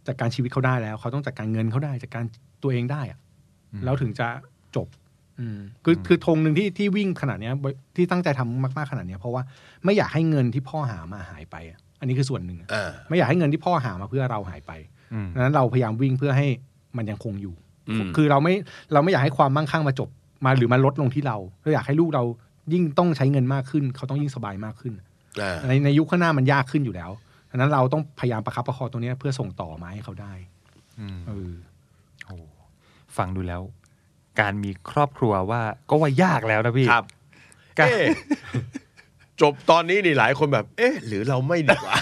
จัดการชีวิตเขาได้แล้วเขาต้องจัดการเงินเขาได้จัดการตัวเองได้อ่ะ
อืม
แล้วถึงจะจบอืมคือคือธงหนึ่งที่ที่วิ่งขนาดเนี้ยที่ตั้งใจทำมากๆขนาดเนี้ยเพราะว่าไม่อยากให้เงินที่พ่อหามาหายไปอะอันนี้คือส่วนหนึ่งอะ
อ่า
ไม่อยากให้เงินที่พ่อหามาเพื่อเราหายไป
อืม
ดังนั้นเราพยายามวิ่งเพื่อให้มันยังคงอยู่
อืม
คือเราไม่เราไม่อยากให้ความมั่งคั่งมาจบมาหรือมาลดลงที่เราเราอยากให้ลูกเรายิ่งต้องใช้เงินมากขึ้น เขาต้องยิ่งสบายมากขึ้น
อ่า
ในในยุคข้างหน้ามันยากขึ้นอยู่แล้วดังนั้นเราต้องพยายามประคับประคองตรงเนี้ยเพื่อส่งต่อมาให้เขาได้
อืม
เออ
โอ้ฟังดูแล้ว การมีครอบครัวว่าก็ว่ายากแล้วนะพี่
ครับ
การ
เอ๊ะจบตอนนี้นี่หลายคนแบบ เอ๊ะ หรือเราไม่ดี กว่า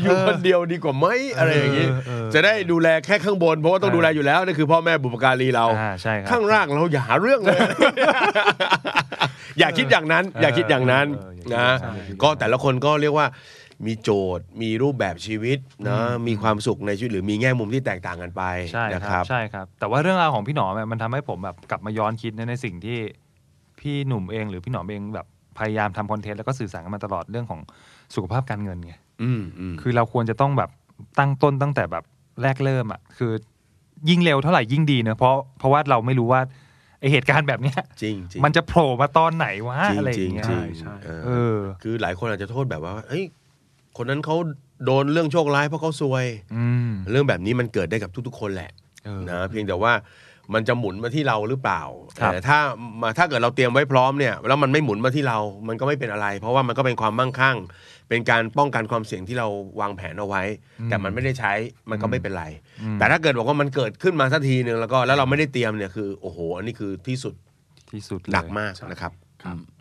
อยู่คนเดียวดีกว่าไหมอะไรอย่างนี้
เเอ
จะได้ดูแลแค่ข้างบน เพราะว่าต้องดูแลอยู่แล้วนี่คือพ่อแม่บุปการีเรา
อ่าใช่ครับ
ข้างล่างเราอย่าหาเรื่องเลย อย่าคิดอย่างนั้น อย่าคิดอย่างนั้น
เออเอออย่า
นะ
คิดอย่างนั้น
ก็แต่ละคนก็เรียกว่า มีโจทย์ มีรูปแบบชีวิตนะมีความสุขในชีวิตหรือมีแง่มุมที่แตกต่างกันไป
ใช่
นะ
ค
ค
รั
รั
บบ ใช่ครับ แต่ว่าเรื่องราวของพี่หนอมอะมันทำให้ผมแบบกลับมาย้อนคิดในในสิ่งที่พี่หนุ่มเองหรือพี่หนอมเองแบบพยายามทำคอนเทนต์แล้วก็สื่อสารกันมาตลอดเรื่องของสุขภาพการเงินไง
อืมอืม
คือเราควรจะต้องแบบตั้งต้นตั้งแต่แบบแรกเริ่มอ่ะคือยิ่งเร็วเท่าไหร่ยิ่งดีเนอะเพราะเพราะว่าเราไม่รู้ว่าไอ อเหตุการณ์แบบเนี้ย
จริงจริง
มันจะโผล่มาตอนไหนวะ
จริง
อะไรอ
จริง
ย่างเงี้ย
จริง
ใช่ใช่
เออ
เออ
คือหลายคนอาจจะโทษแบบว่า เอ้ย คนนั้นเขาโดนเรื่องโชคร้ายเพราะเขาซวย
อืม
เรื่องแบบนี้มันเกิดได้กับทุกๆ คนแหละ
เออ
นะ เพียงแต่ว่ามันจะหมุนมาที่เราหรือเปล่า
ครับ
แต่ถ้ามาถ้าเกิดเราเตรียมไว้พร้อมเนี่ยแล้วมันไม่หมุนมาที่เรา มันก็ไม่เป็นอะไร เพราะว่ามันก็เป็นความมั่งคั่ง เป็นการป้องกันความเสี่ยงที่เราวางแผนเอาไว้ แต่มันไม่ได้ใช้ มันก็ไม่เป็นไร แต่ถ้าเกิดบอกว่ามันเกิดขึ้นมาสักทีหนึ่งแล้วก็แล้วเราไม่ได้เตรียมเนี่ยคือโอ้โห อันนี้คือที่สุด
ที่สุดเลย
หนักมากนะครับ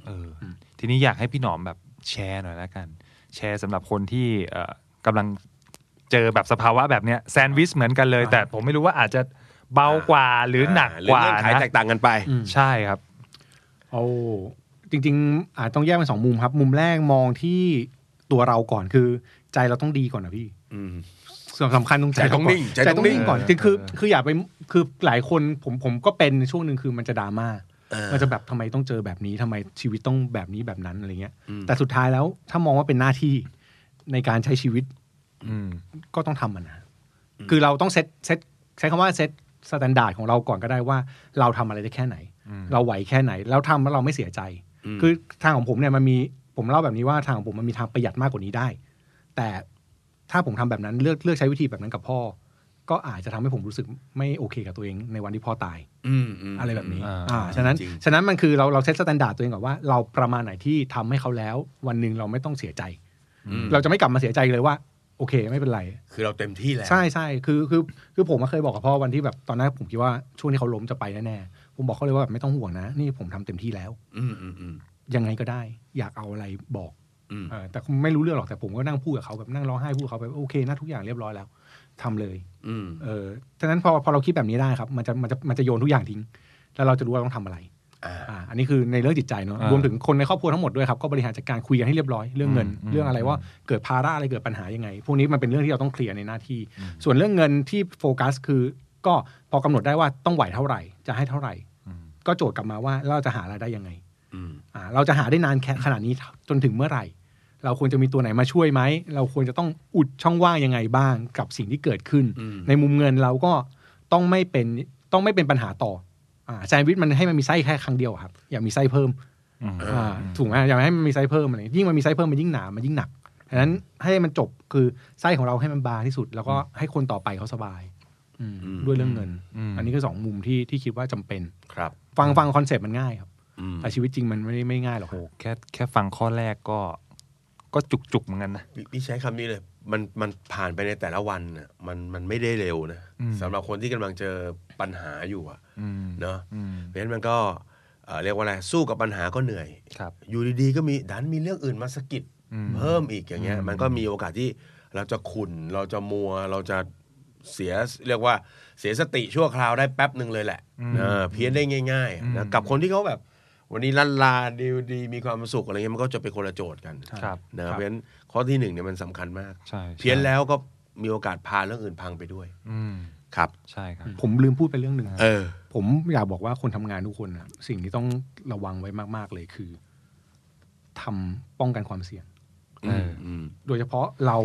เอออทีนี้อยากให้พี่หนอมแบบแชร์หน่อยละกัน แชร์สำหรับคนที่เอ่อกำลังเจอแบบสภาวะแบบเนี้ยแซนด์วิชเหมือนกันเลย แต่ผมไม่รู้ว่าอาจจะเบากว่าหรือหนักกว่า
เรื่องเงื่อนไข
นะ
แตกต่างกันไป
ใช่ครับ
โอ้จริงๆ อาจต้องแยกเป็นสองมุมครับ มุมแรกมองที่ตัวเราก่อนคือใจเราต้องดีก่อนนะพี่ส่วนสำคัญตรงใจ
ใจต้อง
เราก่
นิ่งใจ
ใจ
ต้อ
ต้อง ง
นิ่
นิ่
ง
งก่อน
เออ
จริงๆคือ
เออ
คืออย่าไปคือหลายคนผมผมก็เป็นช่วงหนึ่งคือมันจะดราม่า
เออ
มันจะแบบทำไมต้องเจอแบบนี้ทำไมชีวิตต้องแบบนี้แบบนั้นอะไรเงี้ย แต่สุดท้ายแล้วถ้ามองว่าเป็นหน้าที่ในการใช้ชีวิต
อืม
ก็ต้องทำมันนะคือเราต้องเซตเซตใช้คำว่าเซตสแตนดาร์ดของเราก่อนก็ได้ว่า เราทำอะไรได้แค่ไหน เราไหวแค่ไหน แล้วทำแล้วเราไม่เสียใจ คือทางของผมเนี่ยมันมีผมเล่าแบบนี้ว่าทางของผมมันมีทางประหยัดมากกว่านี้ได้ แต่ถ้าผมทำแบบนั้นเลือกเลือกใช้วิธีแบบนั้นกับพ่อ ก็อาจจะทำให้ผมรู้สึกไม่โอเคกับตัวเองในวันที่พ่อตาย
อืมม
อะไรแบบนี้
อ่า
อ่า ฉะนั้น
จริง
ฉะนั้นมันคือเราเราเซตสแตนดาร์ดตัวเองก่อนว่าเราประมาณไหนที่ทำให้เขาแล้ว วันหนึ่งเราไม่ต้องเสียใจ เราจะไม่กลับมาเสียใจเลยว่า โอเคไม่เป็นไร
คือเราเต็มที่แล้ว
ใช่ใช่คือคือคือผมก็เคยบอกกับพ่อวันที่แบบตอนนั้นผมคิดว่าช่วงที่เขาล้มจะไปแน่ๆผมบอกเขาเลยว่าแบบไม่ต้องห่วงนะ นี่ผมทำเต็มที่แล้ว
อืมอืมอืม
ยังไงก็ได้ อยากเอาอะไรบอก
อืม
เออแต่ไม่รู้เรื่องหรอกแต่ผมก็นั่งพูดกับเขาแบบนั่งร้องไห้พูดกับเขาไปโอเคนะทุกอย่างเรียบร้อยแล้วทำเลย
อืม
เออฉะนั้นพอพอเราคิดแบบนี้ได้ครับมันจะมันจะมันจะโยนทุกอย่างทิ้ง แล้วเราจะรู้ว่าต้องทำอะไร
อ่า
อ่าอันนี้คือในเรื่องจิตใจเนาะ
อ่าร
วมถึงคนในครอบครัวทั้งหมดด้วยครับก็บริหารจัดการคุยกันให้เรียบร้อยเรื่องเงิน
อืม
เรื่องอะไรว่าเกิดภาระอะไรเกิดปัญหายังไง พวกนี้มันเป็นเรื่องที่เราต้องเคลียร์ในหน้าที่ ส่วนเรื่องเงินที่โฟกัสคือก็พอกำหนดได้ว่าต้องไหวเท่าไหร่ จะให้เท่าไหร่ ก็โจทย์กลับมาว่าเราจะหารายได้ยังไง
อืม
อ่าเราจะหาได้นานแค่ขนาดนี้จนถึงเมื่อไหร่ เราควรจะมีตัวไหนมาช่วยไหม เราควรจะต้องอุดช่องว่างยังไงบ้างกับสิ่งที่เกิดขึ้น ในมุมเงินเราก็ต้องไม่เป็นต้องไม่เป็นปัญหาต่ออ่าแซนด์วิชมันให้มันมีไส้แค่ครั้งเดียวอะครับ อย่ามีไส้เพิ่ม
อืม
อ่าถูกไหมอย่าให้มันมีไซส์เพิ่มอะไรยิ่งมันมีไซส์เพิ่มมันยิ่งหนามันยิ่งหนักดังนั้นให้มันจบคือไส้ของเราให้มันบางที่สุด แล้วก็ให้คนต่อไปเขาสบายอืม
อืม
ด้วยเรื่องเงิน
อืม
อันนี้คือสองมุมที่ที่คิดว่าจำเป็น
ครับ
ฟังฟังคอนเซ็ปต์มันง่ายครับ
อืม
แต่ชีวิตจริงมันไม่ได้ไม่ง่ายหรอก
โหแค่แค่ฟังข้อแรกก็ ก็จุกจุกๆเหมือนกันนะ
พี่พี่ใช้คำนี้เลย มันมันผ่านไปในแต่ละวันน่ะมันมันไม่ได้เร็วนะ
อืม
สำหรับคนที่กำลังเจอปัญหาอยู่อะ
อืม
เนาะ
อืม
เพราะฉะนั้นมันก็เอ่อเรียกว่าอะไรสู้กับปัญหาก็เหนื่อย
ครับ
อยู่ดีๆก็มีดันมีเรื่องอื่นมาสะกิดเพิ่มอีกอย่างเงี้ย มันก็มีโอกาสที่เราจะขุนเราจะมัวเราจะเสียเรียกว่าเสียสติชั่วคราวได้แป๊บหนึ่งเลยแหละเออเพี้ยนได้ง่ายๆนะกับคนที่เขาแบบ วันนี้ลันลาดีดีมีความสุขอะไรเงี้ยมันก็จะเป็นคนละโจทย์กัน
ครับ
นะเพราะฉะนั้นข้อที่หนึ่งเนี่ยมันสำคัญมาก
ใช่ใช่
เพี้ยนแล้วก็มีโอกาสพาเรื่องอื่นพังไปด้วย
อืม
ครับ
ใช่ครับ
ผมลืมพูดไปเรื่องหนึ่ง
เออ
ผมอยากบอกว่าคนทำงานทุกคนนะสิ่งที่ต้องระวังไว้มาก ๆเลยคือทำป้องกันความเสี่ยง
เออ
อืม
โดยเฉพาะเรา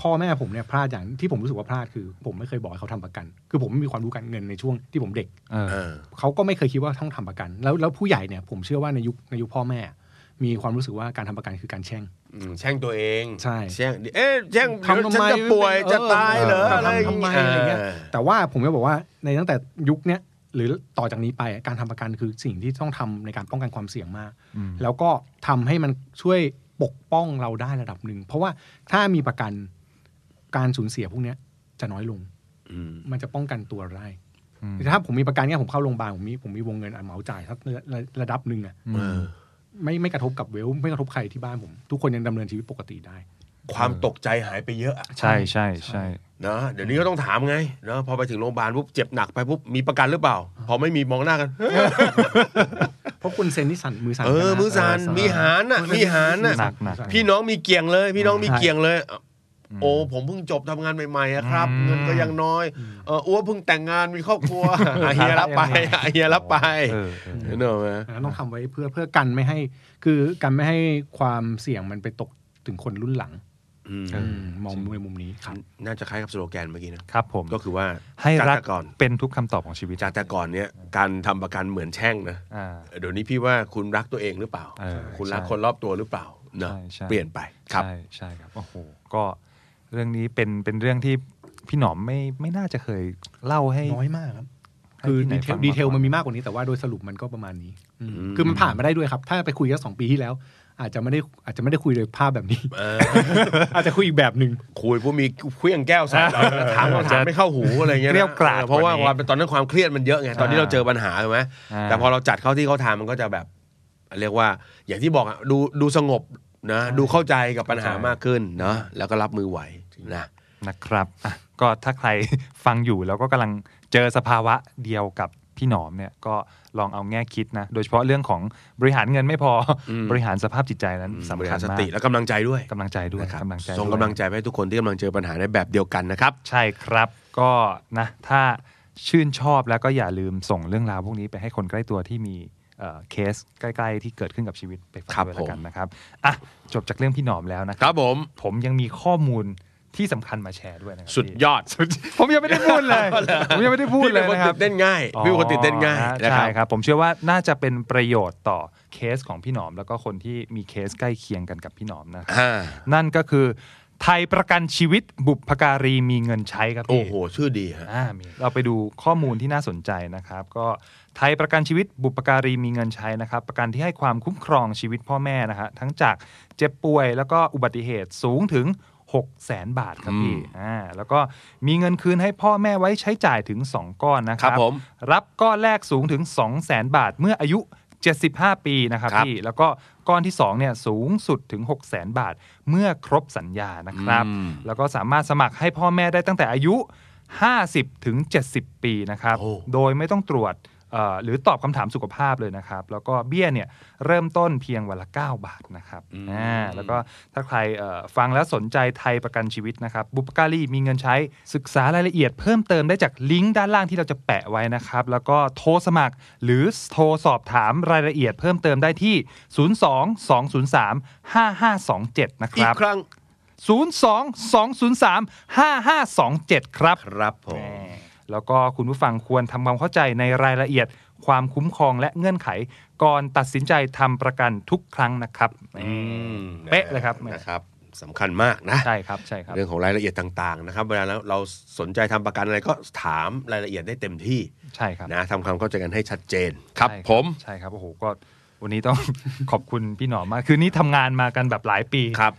พ่อแม่ผมเนี่ยพลาดอย่างที่ผมรู้สึกว่าพลาดคือ ผมไม่เคยบอกให้เขาทำประกัน คือผมไม่มีความรู้การเงินในช่วงที่ผมเด็ก
เออ
เออ
เขาก็ไม่เคยคิดว่าต้องทำประกัน แล้วแล้วผู้ใหญ่เนี่ยผมเชื่อว่าในยุคในยุคพ่อแม่ มีความรู้สึกว่าการทำประกันคือการแช่ง
อืมแช่งตัวเอง
ใช่
แช่งเอ๊ะแช่ง
ทำทำ
ฉัน
ไม
จะป่วย
เออ
จะตายเหรอ
ทำ
อะไร
ทำไมอะไรเงี้ยแต่ว่าผมจะบอกว่าในตั้งแต่ยุคเนี้ยหรือต่อจากนี้ไปอะการทำประกันคือสิ่งที่ต้องทำในการป้องกันความเสี่ยงมาก
อืม
แล้วก็ทำให้มันช่วยปกป้องเราได้ระดับหนึ่ง เพราะว่าถ้ามีประกันการสูญเสียพวกเนี้ยจะน้อยลง
อืม
มันจะป้องกันตัวเราได้
อืม
ถ้าผมมีประกันเนี่ยผมเข้าโรงพยาบาลผมมีผมมีวงเงินอันเหมาจ่ายสักระระดับหนึ่งอะ
เออ
ไม่ไม่กระทบกับเวลไม่กระทบใครที่บ้านผม ทุกคนยังดำเนินชีวิตปกติได้
ความตกใจหายไปเยอะ
ใช่ใช่ใช่
นะเดี๋ยวนี้ก็ต้องถามไงนะพอไปถึงโรงพยาบาลปุ๊บเจ็บหนักไปปุ๊บมีประกันหรือเปล่า พอไม่มีมองหน้ากัน
เพราะคุณเซนนี่สั่นมือสั่น
เออ มือสาน
เออ
มีหารน่ะมีหารน่ะ
หนักหนัก
พี่น้องมีเกี่ยงเลย พี่น้องมีเกี่ยงเลย โอ้ผมเพิ่งจบทำงานใหม่ๆอะครับ เงินก็ยังน้อยเอออ้วเพิ่งแต่งงานมีคร อบครัวอาเฮียรับไปอาเฮียรับไป
เออเออ
เห็นไหม
นะต้องทำไว้เพื่อเพื่อกันไม่ให้ คือกันไม่ให้ความเสี่ยงมันไปตกถึงคนรุ่นหลัง
อืม
อืมมองในมุมนี้ครับ
น่าจะคล้ายกับสโลแกนเมื่อกี้นะครับ
ผม
ก็คือว่า
ให้รัก
จากแต่ก่อน
เป็นทุกคำตอบของชีวิต
จากแต่ก่อนเนี้ยการทำประกันเหมือนแช่งนะ
อ่า
เดี๋ยวนี้พี่ว่าคุณรักตัวเองหรือเปล่า
เออ
คุณรัก
ใช่
คนรอบตัวหรือเปล่าเนอะ
ใช่ใช่
เปลี่ยนไปครับ
ใช่ใช่ครับโอ้โหก็เรื่องนี้เป็นเป็นเรื่องที่พี่หนอมไม่ไม่น่าจะเคยเล่าให้
น้อยมากครับ
ให้
คือ
ที่ไหน
ดีเท
ฟั
ล
งมาก่อน
ดีเทลมันมีมากกว่านี้แต่ว่าโดยสรุปมันก็ประมาณนี้อืม
อืม
คือมันผ่านมาได้ด้วยครับ ถ้าไปคุยกันสองปีที่แล้ว อาจจะไม่ได้อาจจะไม่ได้คุยโดยภาพแบบนี้
เออ
อาจจะคุยอีกแบบหนึ่ง
คุยผู้มีเครื่องแก้วใส่เรา ถามคำถามไม่เข้าหูอะไรเงี้ยนะ
เกรี้ยวกราด
ออเพราะว่า
วันนี้
ความตอนนั้นความเครียดมันเยอะไงตอนนี้
อ่า
เราเจอปัญหาใช่ไหม
อ่า
แต่พอเราจัดเข้าที่เข้าทางมันก็จะแบบ เรียกว่าอย่างที่บอกอะดูดูสงบนะดูเข้าใจกับปัญหามากขึ้นเนาะแล้วก็รับมือไหวนะ
นะครับอ่ะก็ถ้าใคร ฟังอยู่แล้วก็กำลังเจอสภาวะเดียวกับพี่หนอมเนี่ยก็ลองเอาแง่คิดนะ โดยเฉพาะเรื่องของบริหารเงินไม่พออบริหารสภาพจิตใจนั้นสำ
บริ
คั
หา
ญ
รส
มาก
ติและกำลังใจด้วย
กำลังใจด้วย
นะครับ
กำลังใจ
ส่ง
ด้วย
กำลังใจไปให้ทุกคนที่กำลังเจอปัญหาในแบบเดียวกันนะครับ
ใช่ครับก็นะถ้าชื่นชอบแล้วก็อย่าลืมส่งเรื่องราวพวกนี้ไปให้คนใกล้ตัวที่มีเอ่อเคสใกล้ๆ ที่เกิดขึ้นกับชีวิตไปฟัง
ครับ
ด้วย
ผม
แล้วกันนะครับอ่ะจบจากเรื่องพี่หนอมแล้วนะค
ค
รั
รั
บบ
ผม
ผมยังมีข้อมูลที่สำคัญมาแชร์ด้วยนะครับ
สุด
พี่
ยอดสุด
ผมยังไม่ได้พูด เลยผมยังไม่ได้พูดเลย
พี่ป็
นะ
น
ค
ค
รั
น
บ
ตื่นเต้นง่ายพี่เป็นคนตื่นเต้นง่าย
อ๋อ
นะครับ
ใช่ครับ ผมเชื่อว่าน่าจะเป็นประโยชน์ต่อเคสของพี่หนอม แล้วก็คนที่มีเคสใกล้เคียงกันกับพี่หนอมนะครับ
อ่า
นั่นก็คือไทยประกันชีวิตบุพการีมีเงินใช้ครับพี่
โอ้โห ชื่อดีฮะ
อ่ามีเราไปดูข้อมูลที่น่าสนใจนะครับ ก็ไทยประกันชีวิตบุปการีมีเงินใช้นะครับ ประกันที่ให้ความคุ้มครองชีวิตพ่อแม่นะฮะทั้งจากเจ็บป่วยแล้วก็อุบัติเหตุสูงถึง 6 0 0 0 0 0 บาทครับพี่อ่าแล้วก็มีเงินคืนให้พ่อแม่ไว้ใช้จ่ายถึง 2 ก้อนนะครั
ครับผม
รับก้อนแรกสูงถึง 2 0 0 0 0 0 บาทเมื่ออายุ 75 ปีนะครับ
ครับ
พี่แล้วก็ก้อนที่2เนี่ยสูงสุดถึง 6 0 0 0 0 0 บาทเมื่อครบสัญญานะครับ แล้วก็สามารถสมัครให้พ่อแม่ได้ตั้งแต่อายุ 50 ถึง 70 ปีนะครับ
โอ้
โดยไม่ต้องตรวจเอ่อหรือตอบคำถามสุขภาพเลยนะครับ แล้วก็เบี้ยเนี่ยเริ่มต้นเพียงวันละ 9 บาทนะครับอ่าแล้วก็ถ้าใครเอ่อฟังแล้วสนใจไทยประกันชีวิตนะครับ บุปการีมีเงินใช้ศึกษารายละเอียดเพิ่มเติมได้จากลิงก์ด้านล่างที่เราจะแปะไว้นะครับ แล้วก็โทรสมัครหรือโทรสอบถามรายละเอียดเพิ่มเติมได้ที่ 02-203-5527 นะค
อี
รั
ก
บ
ครั้ง
02-203-5527 ครับ
ครับผม
แล้วก็คุณผู้ฟังควรทำความเข้าใจในรายละเอียดความคุ้มครองและเงื่อนไข ก่อนตัดสินใจทำประกันทุกครั้งนะครับ เป๊ะเลยครับ
นะครับสำคัญมากนะ
ใช่ครับใช่ครับ
เรื่องของรายละเอียดต่างๆนะครับเวลาเราเราสนใจทำประกันอะไรก็ถามรายละเอียดได้เต็มที่
ใช่ครับ
นะทำความเข้าใจกันให้ชัดเจนครับ
ใช่
ผม
ใช่ครับโอ้โหก็วันนี้ต้อง ขอบคุณพี่หนอมมาก คืนนี้ทำงานมากันแบบหลายปี
ครับ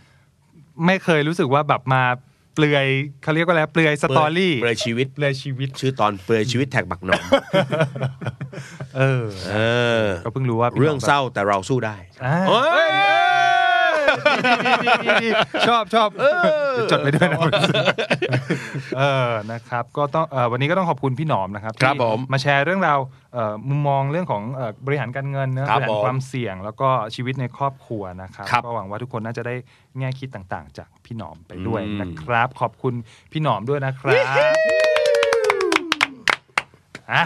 ไม่เคยรู้สึกว่าแบบมาเปลือยเขาเรียกว่าอะไรเปลือยสตอรี่
เปลือยชีวิต
เปลือยชีวิต
ชื่อตอนเปลือยชีวิตแท็กบักหนอม
เออ
เออ
ก็เพิ่งรู้ว่าพี่หนม
เรื่องเศร้าแต่เราสู้ได้
อ่า
โอ้ย
ดีดีชอบชอบจดไปด้วยนะเออนะครับก็ต้องเอ่อวันนี้ก็ต้องขอบคุณพี่หนอมนะครับ
ครับ
ที่
ผม
มาแชร์เรื่องราวเอ่อมุมมองเรื่องของเอ่อบริหารการเงินนะครับ บริหาร
ผม
ความเสี่ยงแล้วก็ชีวิตในครอบครัวนะครับ
ครับ
ก็หวังว่าทุกคนน่าจะได้แง่คิดต่างๆ จากพี่หนอมไปด้วย
อืม
นะครับ ขอบคุณพี่หนอมด้วยนะครับ อ่ะ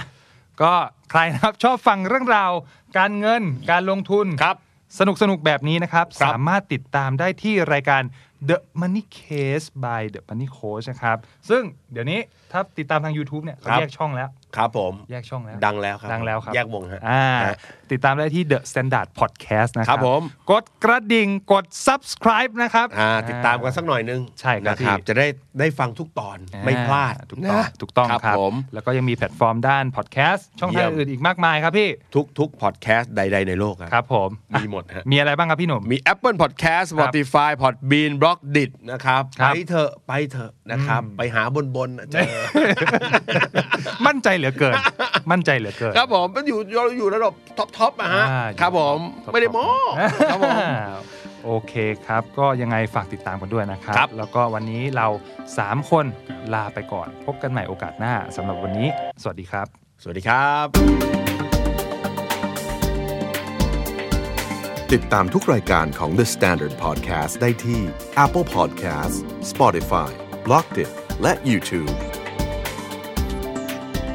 ก็ใครนะครับชอบฟังเรื่องราว การเงินการลงทุน
ครับ
สนุกสนุกๆแบบนี้นะครับ
ครับ
สามารถติดตามได้ที่รายการ The Money Case by The Money Coach นะครับ ซึ่งเดี๋ยวนี้ถ้าติดตามทาง YouTube เนี่ยเขาแยกช่องแล้ว
ครับผม
แยกช่องแล้ว
ดังแล้วครับ
ดังแล้วครับ
แยกวงฮะ
อ่า
ฮะ
ติดตามได้ที่ The Standard Podcast นะค
ครั
รับบ
ผม
กดกระดิ่งกด subscribe นะครับ
อ่าติดตามกันสักหน่อยนึง
ใช่ครับ
นะครั
พี่
บ จะได้ได้ฟังทุกตอนไม่พลาด
ถูกต้อง
นะ
ถูกต้องครับ
ผม
แล้วก็ยังมีแพลตฟอร์มด้าน podcast ช่อง
เยี่
ทาง
ยม
อื่นอีกมากมายครับพี่
ทุกทุกพอดแคสต์ใด ๆ ในโลกอะ
ครับผมอ่ะ
มีหมดฮะ
มีอะไรบ้างครับพี่หนุ่ม
มี Apple Podcast Spotify Podbean b l o g d i t นะครับ
ครั
ไป
บ
เถอะไปเถอะนะครับ ไปหาบนบนๆน่ะเจอ
มั่นใจเหลือเกิน มั่นใจเหลือเกิน
ครับผมมันอยู่เราอยู่ระดับท็อปท็อปอะฮะ
อ่า
ครับผม
ท็อปๆ
ไม่ได้โม้ ครับผม
โอเคครับ ก็ยังไงฝากติดตามกันด้วยนะครับ
ครับ
แล้วก็วันนี้เรา 3 คนลาไปก่อน พบกันใหม่โอกาสหน้าสำหรับวันนี้ สวัสดีครับ
สวัสดีครับ
ติดตามทุกรายการของ The Standard Podcast ได้ที่ Apple Podcast Spotify b l o g d i t และ YouTube